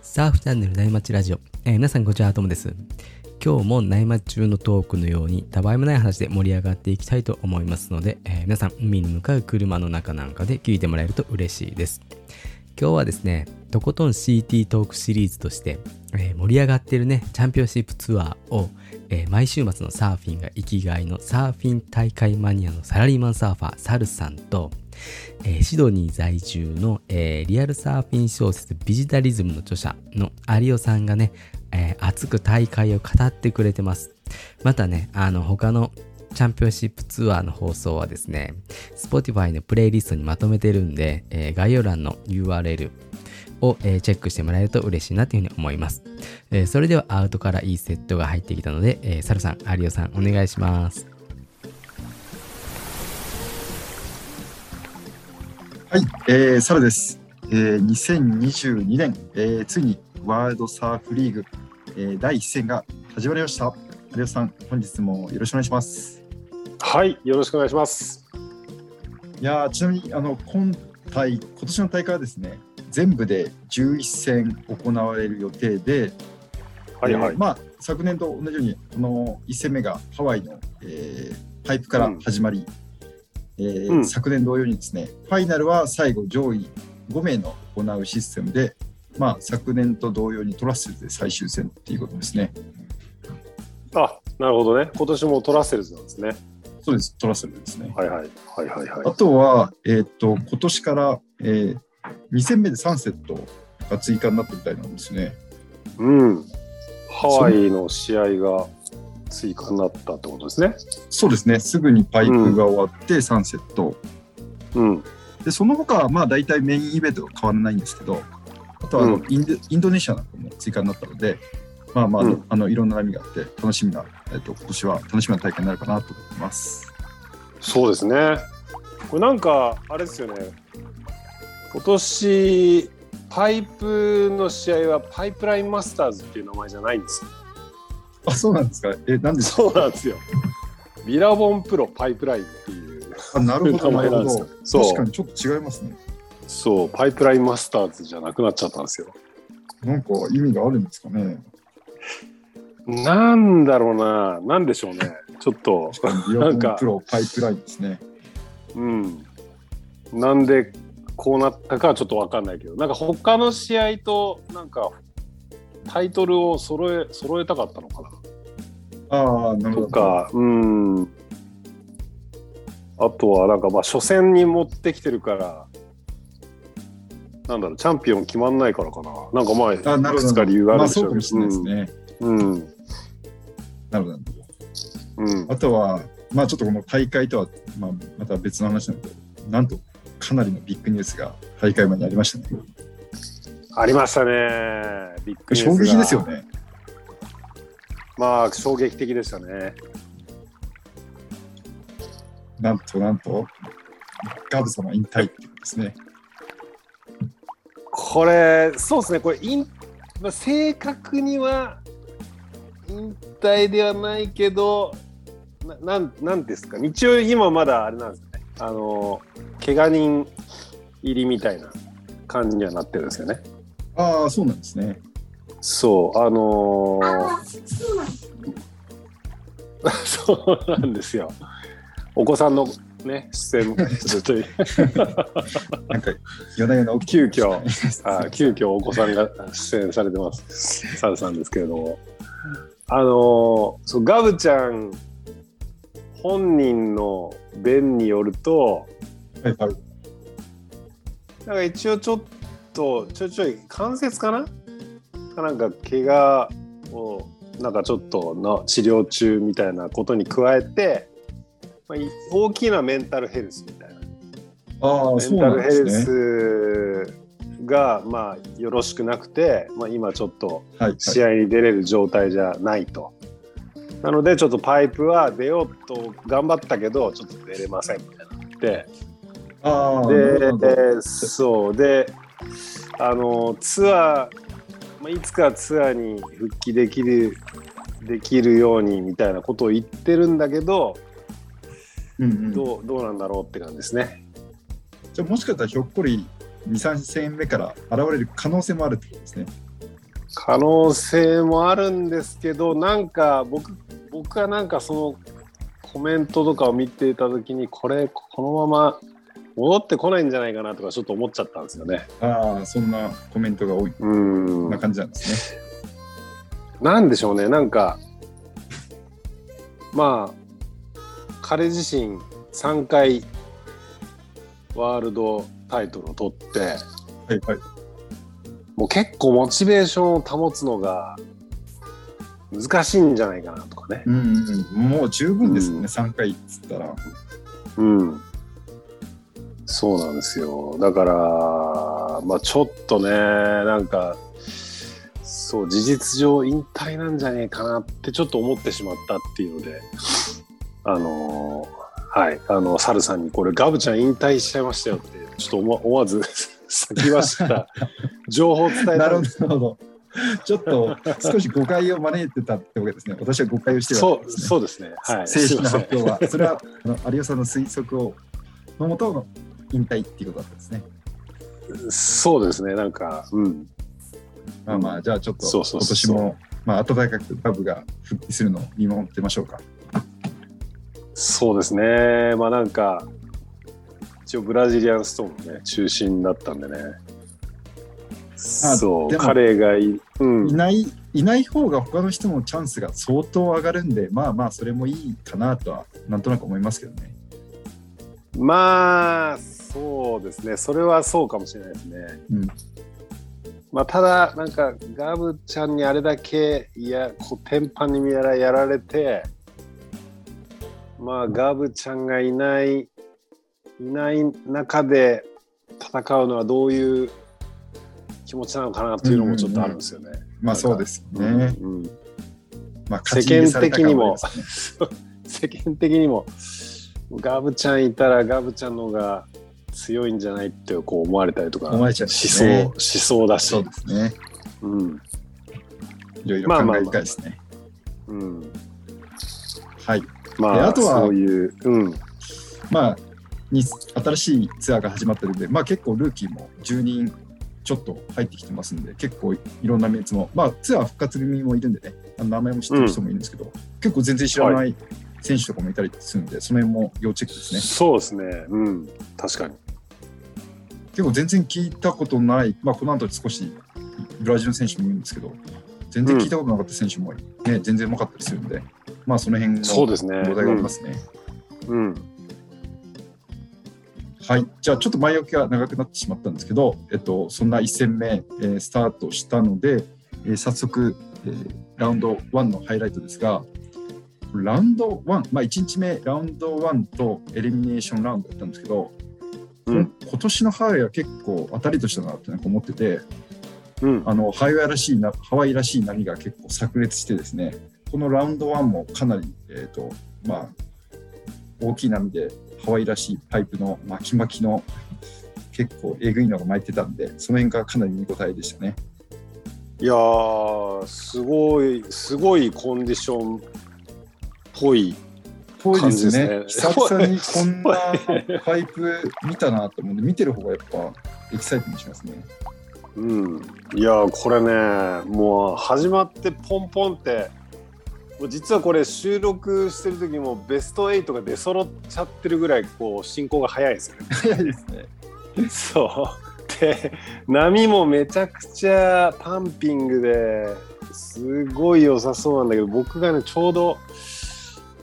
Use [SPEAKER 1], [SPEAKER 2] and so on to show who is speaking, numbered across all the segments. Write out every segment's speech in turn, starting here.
[SPEAKER 1] サーフチャンネル内町ラジオ、えー皆さんこんにちはともです今日も内町中のトークのようにたわいもない話で盛り上がっていきたいと思いますので、えー皆さん海に向かう車の中なんかで聞いてもらえると嬉しいです今日はですねとことん CT トークシリーズとして、えー盛り上がってるねチャンピオンシップツアーを、えー毎週末のサーフィンが生きがいのサーフィン大会マニアのサラリーマンサーファーサルさんと、えーシドニー在住の、えーリアルサーフィン小説ビジタリズムの著者の有オさんがね、えー熱く大会を語ってくれてますまたねあの他のチャンピオンシップツアーの放送はですね Spotify のプレイリストにまとめてるんで、えー概要欄の URL を、えーチェックしてもらえると嬉しいなというふうに思います、えーそれではアウトからいいセットが入ってきたので、えー、サルさん有オさんお願いします
[SPEAKER 2] はい、えー、サラです。えー、2022年、えー、ついにワールドサーフリーグ、えー、第一戦が始まりました。有吉さん、本日もよろしくお願いします。
[SPEAKER 3] はい、よろしくお願いします。
[SPEAKER 2] いやーちなみにあの今大今年の大会はですね、全部で11戦行われる予定で、えーまあ昨年と同じようにこの1戦目がハワイの、えーパイプから始まり、えー
[SPEAKER 3] うん
[SPEAKER 2] 昨年同様にですねファイナルは最後上位5名の行うシステムで、まあ、昨年と同様にトラッセルで最終戦っていうことですね
[SPEAKER 3] あ、なるほどね。今年もトラッセルズなんですね。
[SPEAKER 2] そうですトラッセルですね、
[SPEAKER 3] はいはいはいはいはい
[SPEAKER 2] あ。とは、えーっと今年から、えー2戦目で3セットが追加になったみたいなんですね
[SPEAKER 3] うん。ハワイの試合が追加になったってことですね。
[SPEAKER 2] そうですねすぐにパイプが終わって3セット、
[SPEAKER 3] うん。
[SPEAKER 2] でその他はまあ大体メインイベントは変わらないんですけどあとはあの、
[SPEAKER 3] うん
[SPEAKER 2] インドインドネシアなんかも追加になったのでまあまあ、
[SPEAKER 3] うん
[SPEAKER 2] あのいろんな波があって楽しみな、えっと今年は楽しみな大会になるかなと思います。
[SPEAKER 3] そうですね。これなんかあれですよね。今年パイプの試合はパイプラインマスターズっていう名前じゃないんですよ。
[SPEAKER 2] あそうなんですかえなんです
[SPEAKER 3] そうなんですよ。ビラボンプロパイプラインっていう
[SPEAKER 2] かなるほど
[SPEAKER 3] 名
[SPEAKER 2] なる
[SPEAKER 3] 前な
[SPEAKER 2] ほ
[SPEAKER 3] んです
[SPEAKER 2] ど
[SPEAKER 3] よ。そう
[SPEAKER 2] 確かにちょっと違いますね。
[SPEAKER 3] そうパイプラインマスターズじゃなくなっちゃったんですよ。
[SPEAKER 2] なんか意味があるんですかね。
[SPEAKER 3] なんだろうな、なんでしょうね、ちょっと、
[SPEAKER 2] 確かにビ
[SPEAKER 3] な
[SPEAKER 2] オ
[SPEAKER 3] ん
[SPEAKER 2] コ
[SPEAKER 3] か
[SPEAKER 2] ンプロパイプラインですね。
[SPEAKER 3] うん、なんでこうなったかはちょっと分かんないけど、なんか他の試合と、なんかタイトルを揃え揃えたかったのか
[SPEAKER 2] ああな
[SPEAKER 3] な
[SPEAKER 2] るほ
[SPEAKER 3] と
[SPEAKER 2] ど。
[SPEAKER 3] か、うん、あとはなんか、まあ、初戦に持ってきてるから、なんだろう、チャンピオン決まんないからかな、なんか前、
[SPEAKER 2] あないる
[SPEAKER 3] く
[SPEAKER 2] ほ
[SPEAKER 3] つか
[SPEAKER 2] ど。
[SPEAKER 3] 理由があ
[SPEAKER 2] ま
[SPEAKER 3] る
[SPEAKER 2] あ
[SPEAKER 3] んでし
[SPEAKER 2] そう
[SPEAKER 3] ょ
[SPEAKER 2] か
[SPEAKER 3] う
[SPEAKER 2] も
[SPEAKER 3] け
[SPEAKER 2] し
[SPEAKER 3] ど、
[SPEAKER 2] れないですね。
[SPEAKER 3] うん、
[SPEAKER 2] なるほど。
[SPEAKER 3] うん、
[SPEAKER 2] あとは、まあ、ちょっとこの大会とは、まあ、また別の話なんだけど、なんとかなりのビッグニュースが大会前にありましたね。
[SPEAKER 3] ありましたね、びっくり
[SPEAKER 2] 衝撃ですよね。
[SPEAKER 3] まあ衝撃的でしたね。
[SPEAKER 2] なんとなんと、ガブ様引退っていうことですね。
[SPEAKER 3] これそうですねこれイン、まあ、正確には引退ではないけどななんなんですか一応今まだあれなんですねあの怪我人入りみたいな感じにはなってるんですよね。
[SPEAKER 2] ああ、そうなんですね。
[SPEAKER 3] そうあのー
[SPEAKER 4] Ah, sim, mãe.
[SPEAKER 3] そうなんですよ。お子さんのね出 演もちょっと
[SPEAKER 2] なんか、夜な夜な起きて
[SPEAKER 3] 急遽
[SPEAKER 2] ましたね
[SPEAKER 3] あ急遽お子さんが出演されてます、サルさんですけれども。あのーそうガブちゃん本人の弁によると、
[SPEAKER 2] はいはい
[SPEAKER 3] なんか一応ちょっと、ちょいちょい関節かなかなんか怪我を、なんかちょっとの治療中みたいなことに加えて、まあ、い大きなメンタルヘルスみたいな。
[SPEAKER 2] ああ、
[SPEAKER 3] メ
[SPEAKER 2] そう
[SPEAKER 3] ンタ
[SPEAKER 2] なん
[SPEAKER 3] ル
[SPEAKER 2] で
[SPEAKER 3] ヘ
[SPEAKER 2] す
[SPEAKER 3] ル
[SPEAKER 2] ね。
[SPEAKER 3] スが、まあ、よろしくなくて、まあ、今ちょっと
[SPEAKER 2] はい、はい。
[SPEAKER 3] 試合に出れる状態じゃないと、なのでちょっとパイプは出ようと頑張ったけどちょっと出れませんみたいになって
[SPEAKER 2] ああ、なるほど
[SPEAKER 3] でそうであのツアー、まあ、いつかツアーに復帰できるできるようにみたいなことを言ってるんだけど
[SPEAKER 2] うんうん
[SPEAKER 3] どうどうなんだろうって感じですね。
[SPEAKER 2] じゃあもしかしたらひょっこり2、3戦目から現れる可能性もあるってことですね。
[SPEAKER 3] 可能性もあるんですけどなんか僕僕はなんかそのコメントとかを見ていた時にこれこのまま戻ってこないんじゃないかなとかちょっと思っちゃったんですよね。
[SPEAKER 2] ああそんなコメントが多い
[SPEAKER 3] うん
[SPEAKER 2] こんな感じなんですね。
[SPEAKER 3] なんでしょうねなんかまあ彼自身3回ワールドタイトルを取って
[SPEAKER 2] はいはい。
[SPEAKER 3] もう結構モチベーションを保つのが難しいんじゃないかなとかね。
[SPEAKER 2] うんうん、もう十分ですよ
[SPEAKER 3] うん
[SPEAKER 2] ね、三3回っつったら。
[SPEAKER 3] うん。そうなんですよ。だから、まあちょっとね、なんか、そう、事実上引退なんじゃねえかなってちょっと思ってしまったっていうので、あのーはい、あの、サルさんにこれガブちゃん引退しちゃいましたよって、ちょっと思わ思わず 先走った情報を伝え
[SPEAKER 2] な
[SPEAKER 3] た
[SPEAKER 2] る
[SPEAKER 3] んです
[SPEAKER 2] ほど。ちょっと少し誤解を招いてたってわけですね。私は誤解をしてるわ
[SPEAKER 3] そ
[SPEAKER 2] けで
[SPEAKER 3] う、
[SPEAKER 2] すね。
[SPEAKER 3] そうですね。はい。
[SPEAKER 2] 正式な
[SPEAKER 3] すいま
[SPEAKER 2] 発
[SPEAKER 3] せん
[SPEAKER 2] 表は、それはあの有吉さんの推測をのもとの引退っていうことだったんですね。
[SPEAKER 3] そうですね。なんか、うん。
[SPEAKER 2] まあまあ、じゃあちょっと
[SPEAKER 3] そうそ
[SPEAKER 2] 今
[SPEAKER 3] うそう
[SPEAKER 2] 年も、まあ、温かくバブが復帰するのを見守ってましょうか。
[SPEAKER 3] そうですね、まあなんか、一応ブラジリアンストーンのね、中心だったんでね。そう、
[SPEAKER 2] でも
[SPEAKER 3] 彼がい、うん
[SPEAKER 2] い、ない、いない方が他の人のチャンスが相当上がるんで、まあまあ、それもいいかなとは、なんとなく思いますけどね。
[SPEAKER 3] まあ、そうですね、それはそうかもしれないですね。
[SPEAKER 2] うん
[SPEAKER 3] まあ、ただ、なんか、ガブちゃんにあれだけ、いや、こう、天パに見やらやられて、まあ、ガブちゃんがいない、いない中で戦うのはどういう気持ちなのかなっていうのもちょっとあるんですよね。
[SPEAKER 2] まあそうですよ
[SPEAKER 3] うん
[SPEAKER 2] ね。
[SPEAKER 3] うん
[SPEAKER 2] まあ、
[SPEAKER 3] 世
[SPEAKER 2] 勝ち逃げ
[SPEAKER 3] 間
[SPEAKER 2] された
[SPEAKER 3] 的
[SPEAKER 2] 感はあり
[SPEAKER 3] にも
[SPEAKER 2] ますね、
[SPEAKER 3] 世間的にも、ガブちゃんいたらガブちゃんの方が強いんじゃないってこう思われたりとか、
[SPEAKER 2] 思われちゃう
[SPEAKER 3] 思
[SPEAKER 2] んですね
[SPEAKER 3] 想、しそうだし
[SPEAKER 2] そう、ですね。
[SPEAKER 3] うん、
[SPEAKER 2] いろいろ
[SPEAKER 3] まあま
[SPEAKER 2] 考
[SPEAKER 3] あまあ
[SPEAKER 2] え深いですね。
[SPEAKER 3] うん、
[SPEAKER 2] はい。
[SPEAKER 3] ま
[SPEAKER 2] で
[SPEAKER 3] あ、
[SPEAKER 2] あとは
[SPEAKER 3] そういう、うん、
[SPEAKER 2] まあ、に新しいツアーが始まってるんで、まあ結構ルーキーも10人ちょっと入ってきてますんで、結構いろんなメンツも、まあツアー復活組もいるんでね、あの名前も知ってる人もいるんですけど、結構全然知らない選手とかもいたりするんで、その辺も要チェックですね。
[SPEAKER 3] そうですね、うん、確かに、
[SPEAKER 2] 結構全然聞いたことない、まあこの後少しブラジルの選手もいるんですけど、全然聞いたことなかった選手も、ね全然うまかったりするんで、まあその辺の
[SPEAKER 3] そうですね、
[SPEAKER 2] 話題がありますね。
[SPEAKER 3] うん、うん
[SPEAKER 2] はい、じゃあちょっと前置きが長くなってしまったんですけど、えっと、そんな1戦目、えースタートしたので、えー早速、えーラウンド1のハイライトですがラウンド1、まあ、1日目ラウンド1とエリミネーションラウンドだったんですけど、
[SPEAKER 3] うん、
[SPEAKER 2] 今年のハワイは結構当たりとしたなってなんか思ってて
[SPEAKER 3] うん、
[SPEAKER 2] あのハワイらしいなハワイらしい波が結構炸裂してですねこのラウンド1もかなり、えーとまあ、大きい波でハワイらしいパイプの巻き巻きの結構えぐいのが巻いてたんでその辺がかなり見応えでしたね。
[SPEAKER 3] いやー、すごい、すごいコンディションっぽい、
[SPEAKER 2] 遠いですね
[SPEAKER 3] 感じですね
[SPEAKER 2] 久々にこんなパイプ見たなと思うんで見てる方がやっぱエキサイティングしますね。
[SPEAKER 3] うん、いやーこれねもう始まってポンポンってもう実はこれ収録してる時もベスト8が出揃っちゃってるぐらいこう進行が早いですよね。
[SPEAKER 2] 早いですね。
[SPEAKER 3] そうで波もめちゃくちゃパンピングですごい良さそうなんだけど僕がねちょうど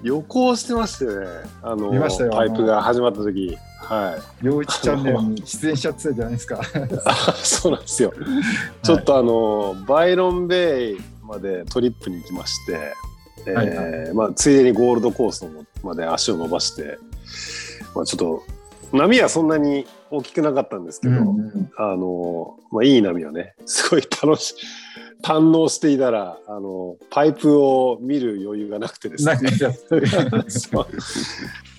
[SPEAKER 3] 旅行してましたよねあの
[SPEAKER 2] 見ましたよ
[SPEAKER 3] パイプが始まった時はい
[SPEAKER 2] 陽一チャンネルに出演しちゃってたじゃないですか。
[SPEAKER 3] あ そうなんですよ。ちょっとあの、バイロンベイまでトリップに行きまして、えー
[SPEAKER 2] はい
[SPEAKER 3] まあ、ついでにゴールドコースまで足を伸ばして、まあ、ちょっと波はそんなに大きくなかったんですけど、
[SPEAKER 2] うん
[SPEAKER 3] あのまあ、いい波をねすごい楽し堪能していたらあのパイプを見る余裕がなくてですね
[SPEAKER 2] なんかやってる
[SPEAKER 3] そう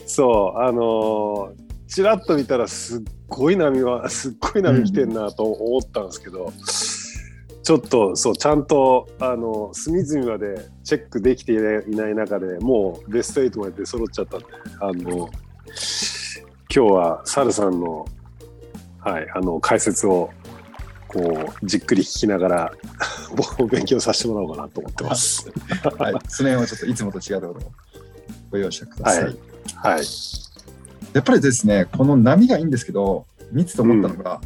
[SPEAKER 3] そうあのーちらっと見たらすっごい波はすっごい波来てんなと思ったんですけど、ちょっとそうちゃんとあの隅々までチェックできていないいない中でもうベスト8まで出揃っちゃったんであの今日はサルさんの,、はい、あの解説をこうじっくり聞きながら 僕も勉強させてもらおうかなと思ってます。
[SPEAKER 2] はい、その辺はちょっといつもと違うところをご容赦ください。
[SPEAKER 3] はいはい。
[SPEAKER 2] やっぱりですね、この波がいいんですけど、見てて思ったのが、や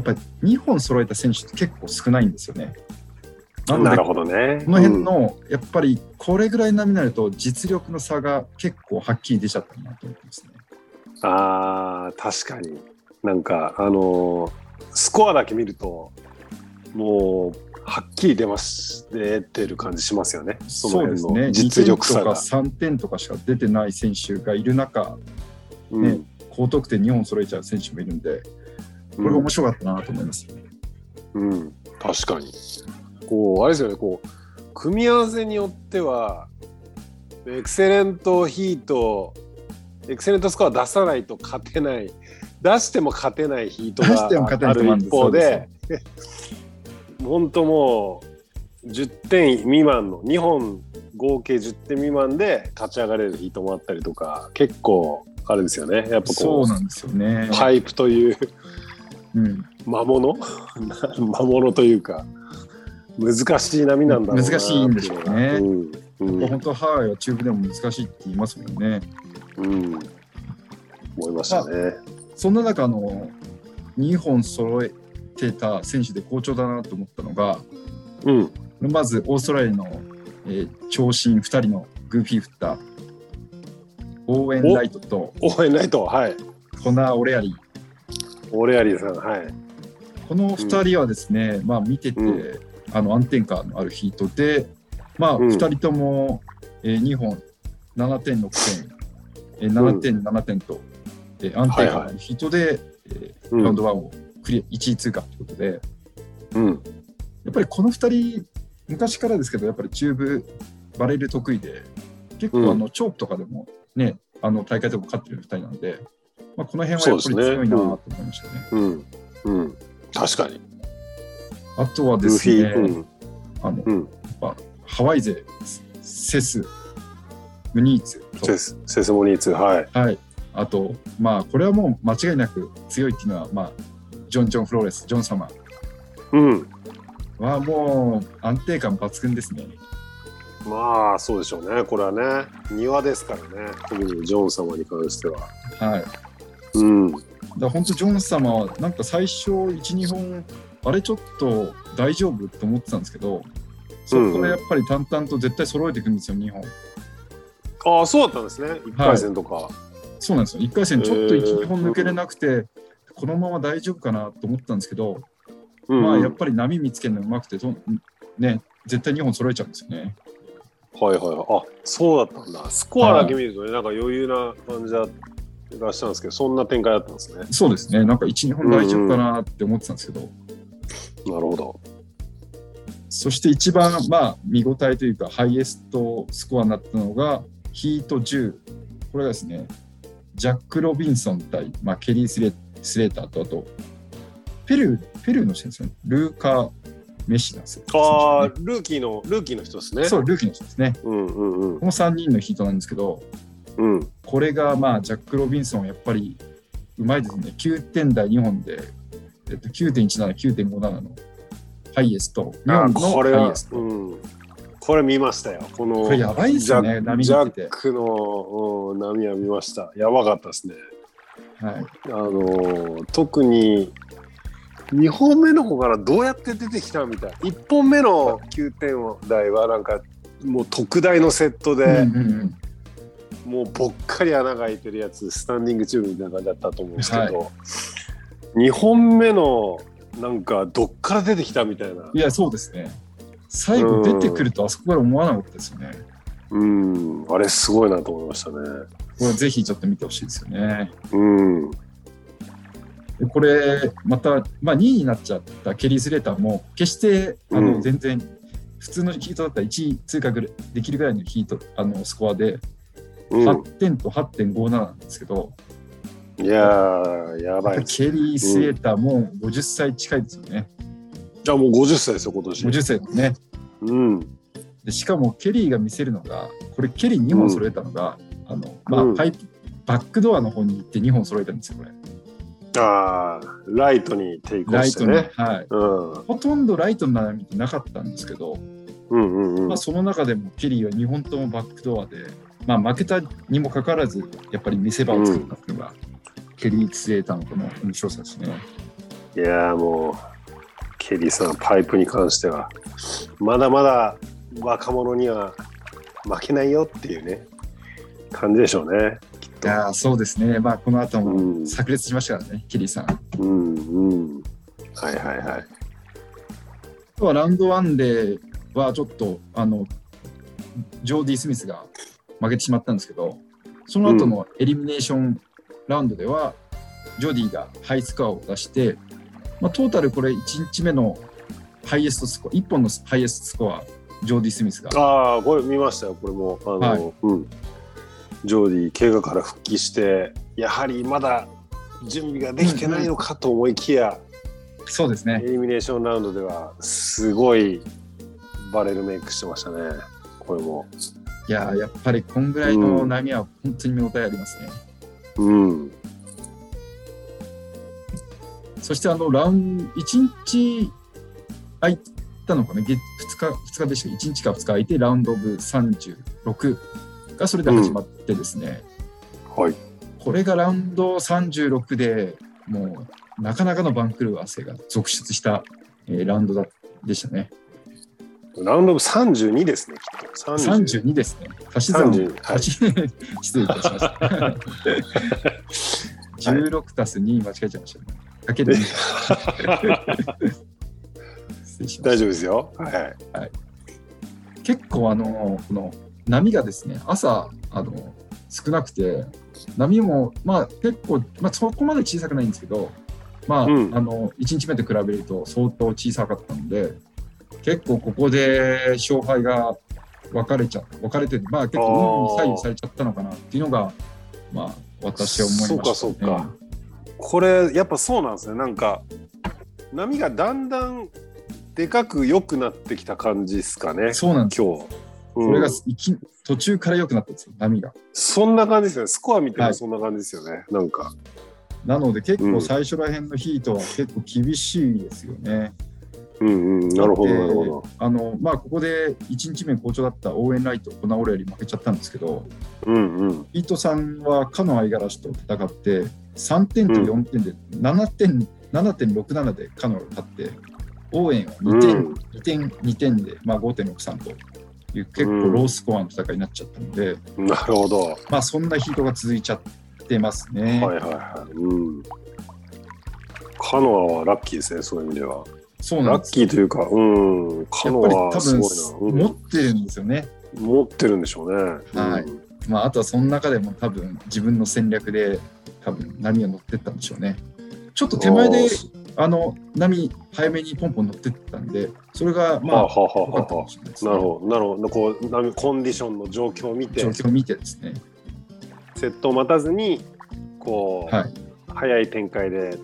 [SPEAKER 2] っぱり2本揃えた選手って結構少ないんですよね。なの
[SPEAKER 3] な
[SPEAKER 2] で、
[SPEAKER 3] る
[SPEAKER 2] こ
[SPEAKER 3] ほどね。
[SPEAKER 2] の辺
[SPEAKER 3] うん
[SPEAKER 2] の、やっぱりこれぐらいの波になると、実力の差が結構はっきり出ちゃったなと思ってますね。
[SPEAKER 3] ああ、確かに。なんか、あのースコアだけ見ると、もう、はっきり出ます、出てる感じしますよね。その
[SPEAKER 2] そうで
[SPEAKER 3] 辺
[SPEAKER 2] すね、
[SPEAKER 3] の実力差
[SPEAKER 2] 2点
[SPEAKER 3] が。
[SPEAKER 2] とか3点とかしか出てない選手がいる中、
[SPEAKER 3] うん
[SPEAKER 2] ね高得点2本揃えちゃう選手もいるんで、これが面白かったなと思います、ね
[SPEAKER 3] うん、確かに。こう、あれですよね、こう、組み合わせによっては、エクセレントヒート、エクセレントスコア出さないと勝てない、出しても勝てないヒート
[SPEAKER 2] 出しても勝て
[SPEAKER 3] が
[SPEAKER 2] な
[SPEAKER 3] あ
[SPEAKER 2] い人もあるん
[SPEAKER 3] る
[SPEAKER 2] です
[SPEAKER 3] 一方
[SPEAKER 2] そう
[SPEAKER 3] で、 本当もう、10点未満の、2本合計10点未満で勝ち上がれるヒートもあったりとか、結構あるんですよね。やっぱ
[SPEAKER 2] そ
[SPEAKER 3] こ
[SPEAKER 2] う
[SPEAKER 3] う、
[SPEAKER 2] なんですよね。
[SPEAKER 3] パイプという
[SPEAKER 2] うん
[SPEAKER 3] 魔物 魔物というか難しい波なんだろうな
[SPEAKER 2] 難しいんでしょうね
[SPEAKER 3] うんうん
[SPEAKER 2] 本当ハワイは中部でも難しいって言いますもんね。
[SPEAKER 3] うん思いましたね
[SPEAKER 2] そんな中あの2本揃えてた選手で好調だなと思ったのが
[SPEAKER 3] うん
[SPEAKER 2] まずオーストラリアの、えー長身2人のグーフィーフッターオーエン・ライトと
[SPEAKER 3] 応援ないとはい
[SPEAKER 2] コナー・オレアリー
[SPEAKER 3] オレアリーさんはい
[SPEAKER 2] この2人はですね、まあ見てて、
[SPEAKER 3] う
[SPEAKER 2] あの安定感のあるヒートで、まあ、
[SPEAKER 3] うん
[SPEAKER 2] 2人とも、え2本7点6点、えー7点7点と、えー安定感のあるヒートで、えー
[SPEAKER 3] う
[SPEAKER 2] ラウン
[SPEAKER 3] ん
[SPEAKER 2] ド1をクリア1位通過ということで、や
[SPEAKER 3] うん
[SPEAKER 2] っぱりこの2人、昔からですけど、やっぱり中部バレル得意で、結
[SPEAKER 3] うん
[SPEAKER 2] 構あの、チョープとかでもね、あの大会でも勝ってる2人なんで、まあ、この辺はやっぱり
[SPEAKER 3] そうですね
[SPEAKER 2] 強いなと思いましたね。
[SPEAKER 3] うんうん確かに
[SPEAKER 2] あとはで
[SPEAKER 3] ルフ
[SPEAKER 2] す
[SPEAKER 3] ィ
[SPEAKER 2] ね、
[SPEAKER 3] うん
[SPEAKER 2] あの
[SPEAKER 3] うん
[SPEAKER 2] ハワイ勢、セス、ムニーツと
[SPEAKER 3] セスセスモニーツはい
[SPEAKER 2] はい、あと、まあ、これはもう間違いなく強いっていうのは、まあ、ジョン・ジョン・フローレス、ジョン様
[SPEAKER 3] うん
[SPEAKER 2] はもう安定感抜群ですね。
[SPEAKER 3] まあそうでしょうねこれはね庭ですからね特にジョン様に関しては
[SPEAKER 2] はい
[SPEAKER 3] うん
[SPEAKER 2] だ本当ジョン様はなんか最初12本あれちょっと大丈夫と思ってたんですけどそこからやっぱり淡々と絶対揃えていくんですよ2本
[SPEAKER 3] ああそうだったんですね一回戦とか
[SPEAKER 2] そうなんですよ1回戦ちょっと
[SPEAKER 3] へー
[SPEAKER 2] 12本抜けれなくて、このまま大丈夫かなと思ったんですけど、
[SPEAKER 3] うん
[SPEAKER 2] まあやっ
[SPEAKER 3] は
[SPEAKER 2] ぱり波見つけるのうまくてどんね絶対2本揃えちゃうんですよね
[SPEAKER 3] いはいはいあそうだったんだスコアだけ見るとねなんか余裕な感じだいらっしゃるんですけどそんな展開だったんですね
[SPEAKER 2] そうですねなんか12本大丈夫かなって思ってたんですけど、
[SPEAKER 3] なるほど
[SPEAKER 2] そして一番まあ見応えというかハイエストスコアになったのがヒート10これがですねジャック・ロビンソン対、まあ、ケリースレ・スレーターとあとペルーペルーの選手ですねルーカー・メシナ選手、
[SPEAKER 3] ああルーキーのルーキーの人ですね
[SPEAKER 2] そうルーキーの人ですね
[SPEAKER 3] うんうんうん
[SPEAKER 2] この3人のヒートなんですけど
[SPEAKER 3] うん
[SPEAKER 2] これがまあジャック・ロビンソンはやっぱりうまいですね9点台2本で、えっと、9.17,9.57のハイエスト日
[SPEAKER 3] あ
[SPEAKER 2] 本
[SPEAKER 3] ー
[SPEAKER 2] の
[SPEAKER 3] これ
[SPEAKER 2] ハイ
[SPEAKER 3] は
[SPEAKER 2] エス、ト、
[SPEAKER 3] うん、これ見ましたよこの
[SPEAKER 2] これやばいですよね波
[SPEAKER 3] ジ
[SPEAKER 2] が
[SPEAKER 3] ャ
[SPEAKER 2] 来て
[SPEAKER 3] ックの、うん、波は見ましたやばかったですね
[SPEAKER 2] はい
[SPEAKER 3] あのー特に2本目の方からどうやって出てきたみたい1本目の9点台はなんかもう特大のセットで、
[SPEAKER 2] うんうんうん
[SPEAKER 3] もうぼっかり穴が開いてるやつスタンディングチューブみたいな感じだったと思うんですけど、2本目のなんかどっから出てきたみたいない
[SPEAKER 2] や、そうですね。最後出てくるとあそこから思わなかったですよね。
[SPEAKER 3] うんあれすごいなと思いましたね。
[SPEAKER 2] これぜひちょっと見てほしいですよね。
[SPEAKER 3] うん
[SPEAKER 2] でこれ、また、まあ、2位になっちゃったケリー・スレーターも、決してあの、
[SPEAKER 3] うん
[SPEAKER 2] 全然、普通のヒートだったら1位通過ぐらいできるぐらいのヒート、あのスコアで、
[SPEAKER 3] う
[SPEAKER 2] 8
[SPEAKER 3] ん、
[SPEAKER 2] 点と8.57なんですけど、
[SPEAKER 3] いやーやばいです。
[SPEAKER 2] ケリー・スレーターも50歳近いですよね。
[SPEAKER 3] じゃあもう50歳ですよ今年。
[SPEAKER 2] 50歳ですね。
[SPEAKER 3] うん
[SPEAKER 2] でしかもケリーが見せるのがこれケリー2本揃えたのが、あのまあ
[SPEAKER 3] うん
[SPEAKER 2] パイプバックドアの方に行って2本揃えたんですよこれ
[SPEAKER 3] ああ、ライトにテイクオ
[SPEAKER 2] ラ
[SPEAKER 3] フ
[SPEAKER 2] イ
[SPEAKER 3] し
[SPEAKER 2] ト
[SPEAKER 3] て
[SPEAKER 2] の、
[SPEAKER 3] ね。
[SPEAKER 2] はい、
[SPEAKER 3] うん。
[SPEAKER 2] ほとんどライトの悩みってなかったんですけど、
[SPEAKER 3] うんうんう
[SPEAKER 2] ま
[SPEAKER 3] ん
[SPEAKER 2] あ、。その中でもケリーは2本ともバックドアで、まあ、負けたにもかかわらずやっぱり見せ場を作ったっていうのが、ケリー・ツエータのこの面白さですね。
[SPEAKER 3] いやーもう、ケリーさん、パイプに関しては、まだまだ若者には負けないよっていうね、感じでしょうね。
[SPEAKER 2] いやーそうですね、まあ、この後
[SPEAKER 3] う
[SPEAKER 2] も
[SPEAKER 3] ん。
[SPEAKER 2] 炸裂しましたからね、ケリーさん。今
[SPEAKER 3] うんうん。はいはいはい。
[SPEAKER 2] 日はラウンド1ではちょっとあのジョーディ・スミスが負けてしまったんですけど、その後のエリミネーションラウンドでは、ジョーディがハイスコアを出して、まあ、トータルこれ1日目のハイエストスコア、1本のハイエストスコア、ジョーディ・スミスが
[SPEAKER 3] ああ、これ見ましたよ、これも。あの、
[SPEAKER 2] はい
[SPEAKER 3] うん。ジョーディ、怪我から復帰して、やはりまだ準備ができてないのかと思いきや、
[SPEAKER 2] そうですね。
[SPEAKER 3] エリミネーションラウンドでは、すごいバレルメイクしてましたね、これも。
[SPEAKER 2] いやー、やっぱりこんぐらいの波は本当に見応えありますね。
[SPEAKER 3] うん。
[SPEAKER 2] そしてあの、ラウンド、1日空いたのかな、月2日、2日でした1日か2日空いて、ラウンドオブ36がそれで始まってですね、
[SPEAKER 3] はい。
[SPEAKER 2] これがラウンド36でもう、なかなかの番狂わせが続出した、えーラウンドだでしたね。
[SPEAKER 3] ラウンドオブ32ですね、きっと。30
[SPEAKER 2] 32ですね。足し算
[SPEAKER 3] 30はい
[SPEAKER 2] 足し 失礼いたしま した。16足す2間違えちゃいましたね。かける2。失礼しま
[SPEAKER 3] 大
[SPEAKER 2] し
[SPEAKER 3] 丈夫ですよ。はい。
[SPEAKER 2] た。結構あの、この波がですね、朝、あの、少なくて、波も、まあ結構、まあそこまで小さくないんですけど、まあ、
[SPEAKER 3] うん
[SPEAKER 2] あの、1日目と比べると相当小さかったので、結構ここで勝敗が分かれちゃ分かれて、まあ結構運に左右されちゃったのかなっていうのが、まあ私は思いました、ね。
[SPEAKER 3] そうかそうかこれ、やっぱそうなんですね。なんか、波がだんだんでかく良くなってきた感じですかね、
[SPEAKER 2] そうなんですよ。
[SPEAKER 3] 今日。うん
[SPEAKER 2] それがいき途中から良くなったんですよ、波が。
[SPEAKER 3] そんな感じですよね。スコア見て
[SPEAKER 2] は
[SPEAKER 3] も
[SPEAKER 2] い
[SPEAKER 3] そんな感じですよね。なんか。
[SPEAKER 2] なので結
[SPEAKER 3] う
[SPEAKER 2] 構
[SPEAKER 3] ん
[SPEAKER 2] 最初ら辺のヒートは結構厳しいですよね。
[SPEAKER 3] うんうん。なるほど、
[SPEAKER 2] で
[SPEAKER 3] なるほど。
[SPEAKER 2] あの、まあ、ここで1日目好調だった応援ライト、この俺より負けちゃったんですけど、
[SPEAKER 3] うんうん。
[SPEAKER 2] ヒートさんはかの相シと戦って、3点と4点で、7点、7.67でかのが勝って、応援は2点、
[SPEAKER 3] うん
[SPEAKER 2] 2点、2点で、まあ、5.63という結構ロースコアの戦いになっちゃったので、
[SPEAKER 3] なるほど。は
[SPEAKER 2] まあ、そんなヒートが続いちゃってます
[SPEAKER 3] い
[SPEAKER 2] ね。
[SPEAKER 3] はいはい。うん。カノアはラッキーですね、そういう意味では。
[SPEAKER 2] そうなん
[SPEAKER 3] ラ
[SPEAKER 2] で
[SPEAKER 3] ッ
[SPEAKER 2] す
[SPEAKER 3] キーというか、うん。カ
[SPEAKER 2] や
[SPEAKER 3] ノ
[SPEAKER 2] っぱり
[SPEAKER 3] ア
[SPEAKER 2] 多
[SPEAKER 3] はす
[SPEAKER 2] 分
[SPEAKER 3] ごいな。うん
[SPEAKER 2] 持ってるんですよね。
[SPEAKER 3] 持ってるんでしょうね。
[SPEAKER 2] はい
[SPEAKER 3] うん
[SPEAKER 2] まあ、あとはその中でも多分自分の戦略で多分波を乗ってったんでしょうね。ちょっと手前であの波早めにポンポン乗ってったんで、それが
[SPEAKER 3] はあ
[SPEAKER 2] ま
[SPEAKER 3] はあは
[SPEAKER 2] あ
[SPEAKER 3] あ
[SPEAKER 2] 良かったか
[SPEAKER 3] は
[SPEAKER 2] もしれないで
[SPEAKER 3] あ
[SPEAKER 2] す、ね。
[SPEAKER 3] なるほど、なるほど、こう、なんコンディションの状況を見て
[SPEAKER 2] 状、況を見てですね。
[SPEAKER 3] セットを待たずに、こう、
[SPEAKER 2] はい
[SPEAKER 3] 早い展開で、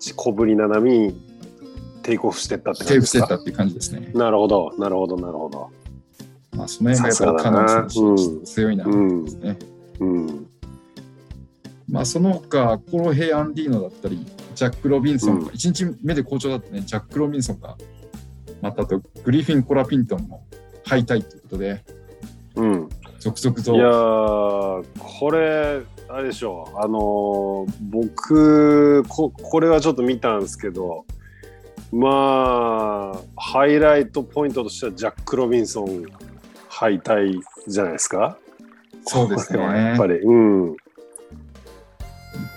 [SPEAKER 3] し小ぶりな波にテイクオフしてったって
[SPEAKER 2] セー
[SPEAKER 3] 感じ
[SPEAKER 2] ブ
[SPEAKER 3] で
[SPEAKER 2] して
[SPEAKER 3] す
[SPEAKER 2] った
[SPEAKER 3] か。
[SPEAKER 2] っていう感じですね。
[SPEAKER 3] なるほど、なるほど、なるほど。
[SPEAKER 2] まあ、その辺がやっぱりカ
[SPEAKER 3] さすが
[SPEAKER 2] ナ
[SPEAKER 3] だ
[SPEAKER 2] ン
[SPEAKER 3] な
[SPEAKER 2] 選
[SPEAKER 3] うん
[SPEAKER 2] 手強いな
[SPEAKER 3] う
[SPEAKER 2] と思い
[SPEAKER 3] ん
[SPEAKER 2] ま、すね。
[SPEAKER 3] うん、
[SPEAKER 2] まあ、その他、コロヘイ・アンディーノだったり、ジャック・ロビンソンが、1日目で好調だったね、ジャック・ロビンソンが、またあと、グリフィン・コラピントンも敗退ということで、
[SPEAKER 3] うん。
[SPEAKER 2] 続々
[SPEAKER 3] いや
[SPEAKER 2] と、
[SPEAKER 3] ー、これ、あれでしょう、あのー僕こ、これはちょっと見たんですけど、まあ、ハイライトポイントとしては、ジャック・ロビンソン敗退じゃないですか。
[SPEAKER 2] そうですね
[SPEAKER 3] これはやっぱり、うん。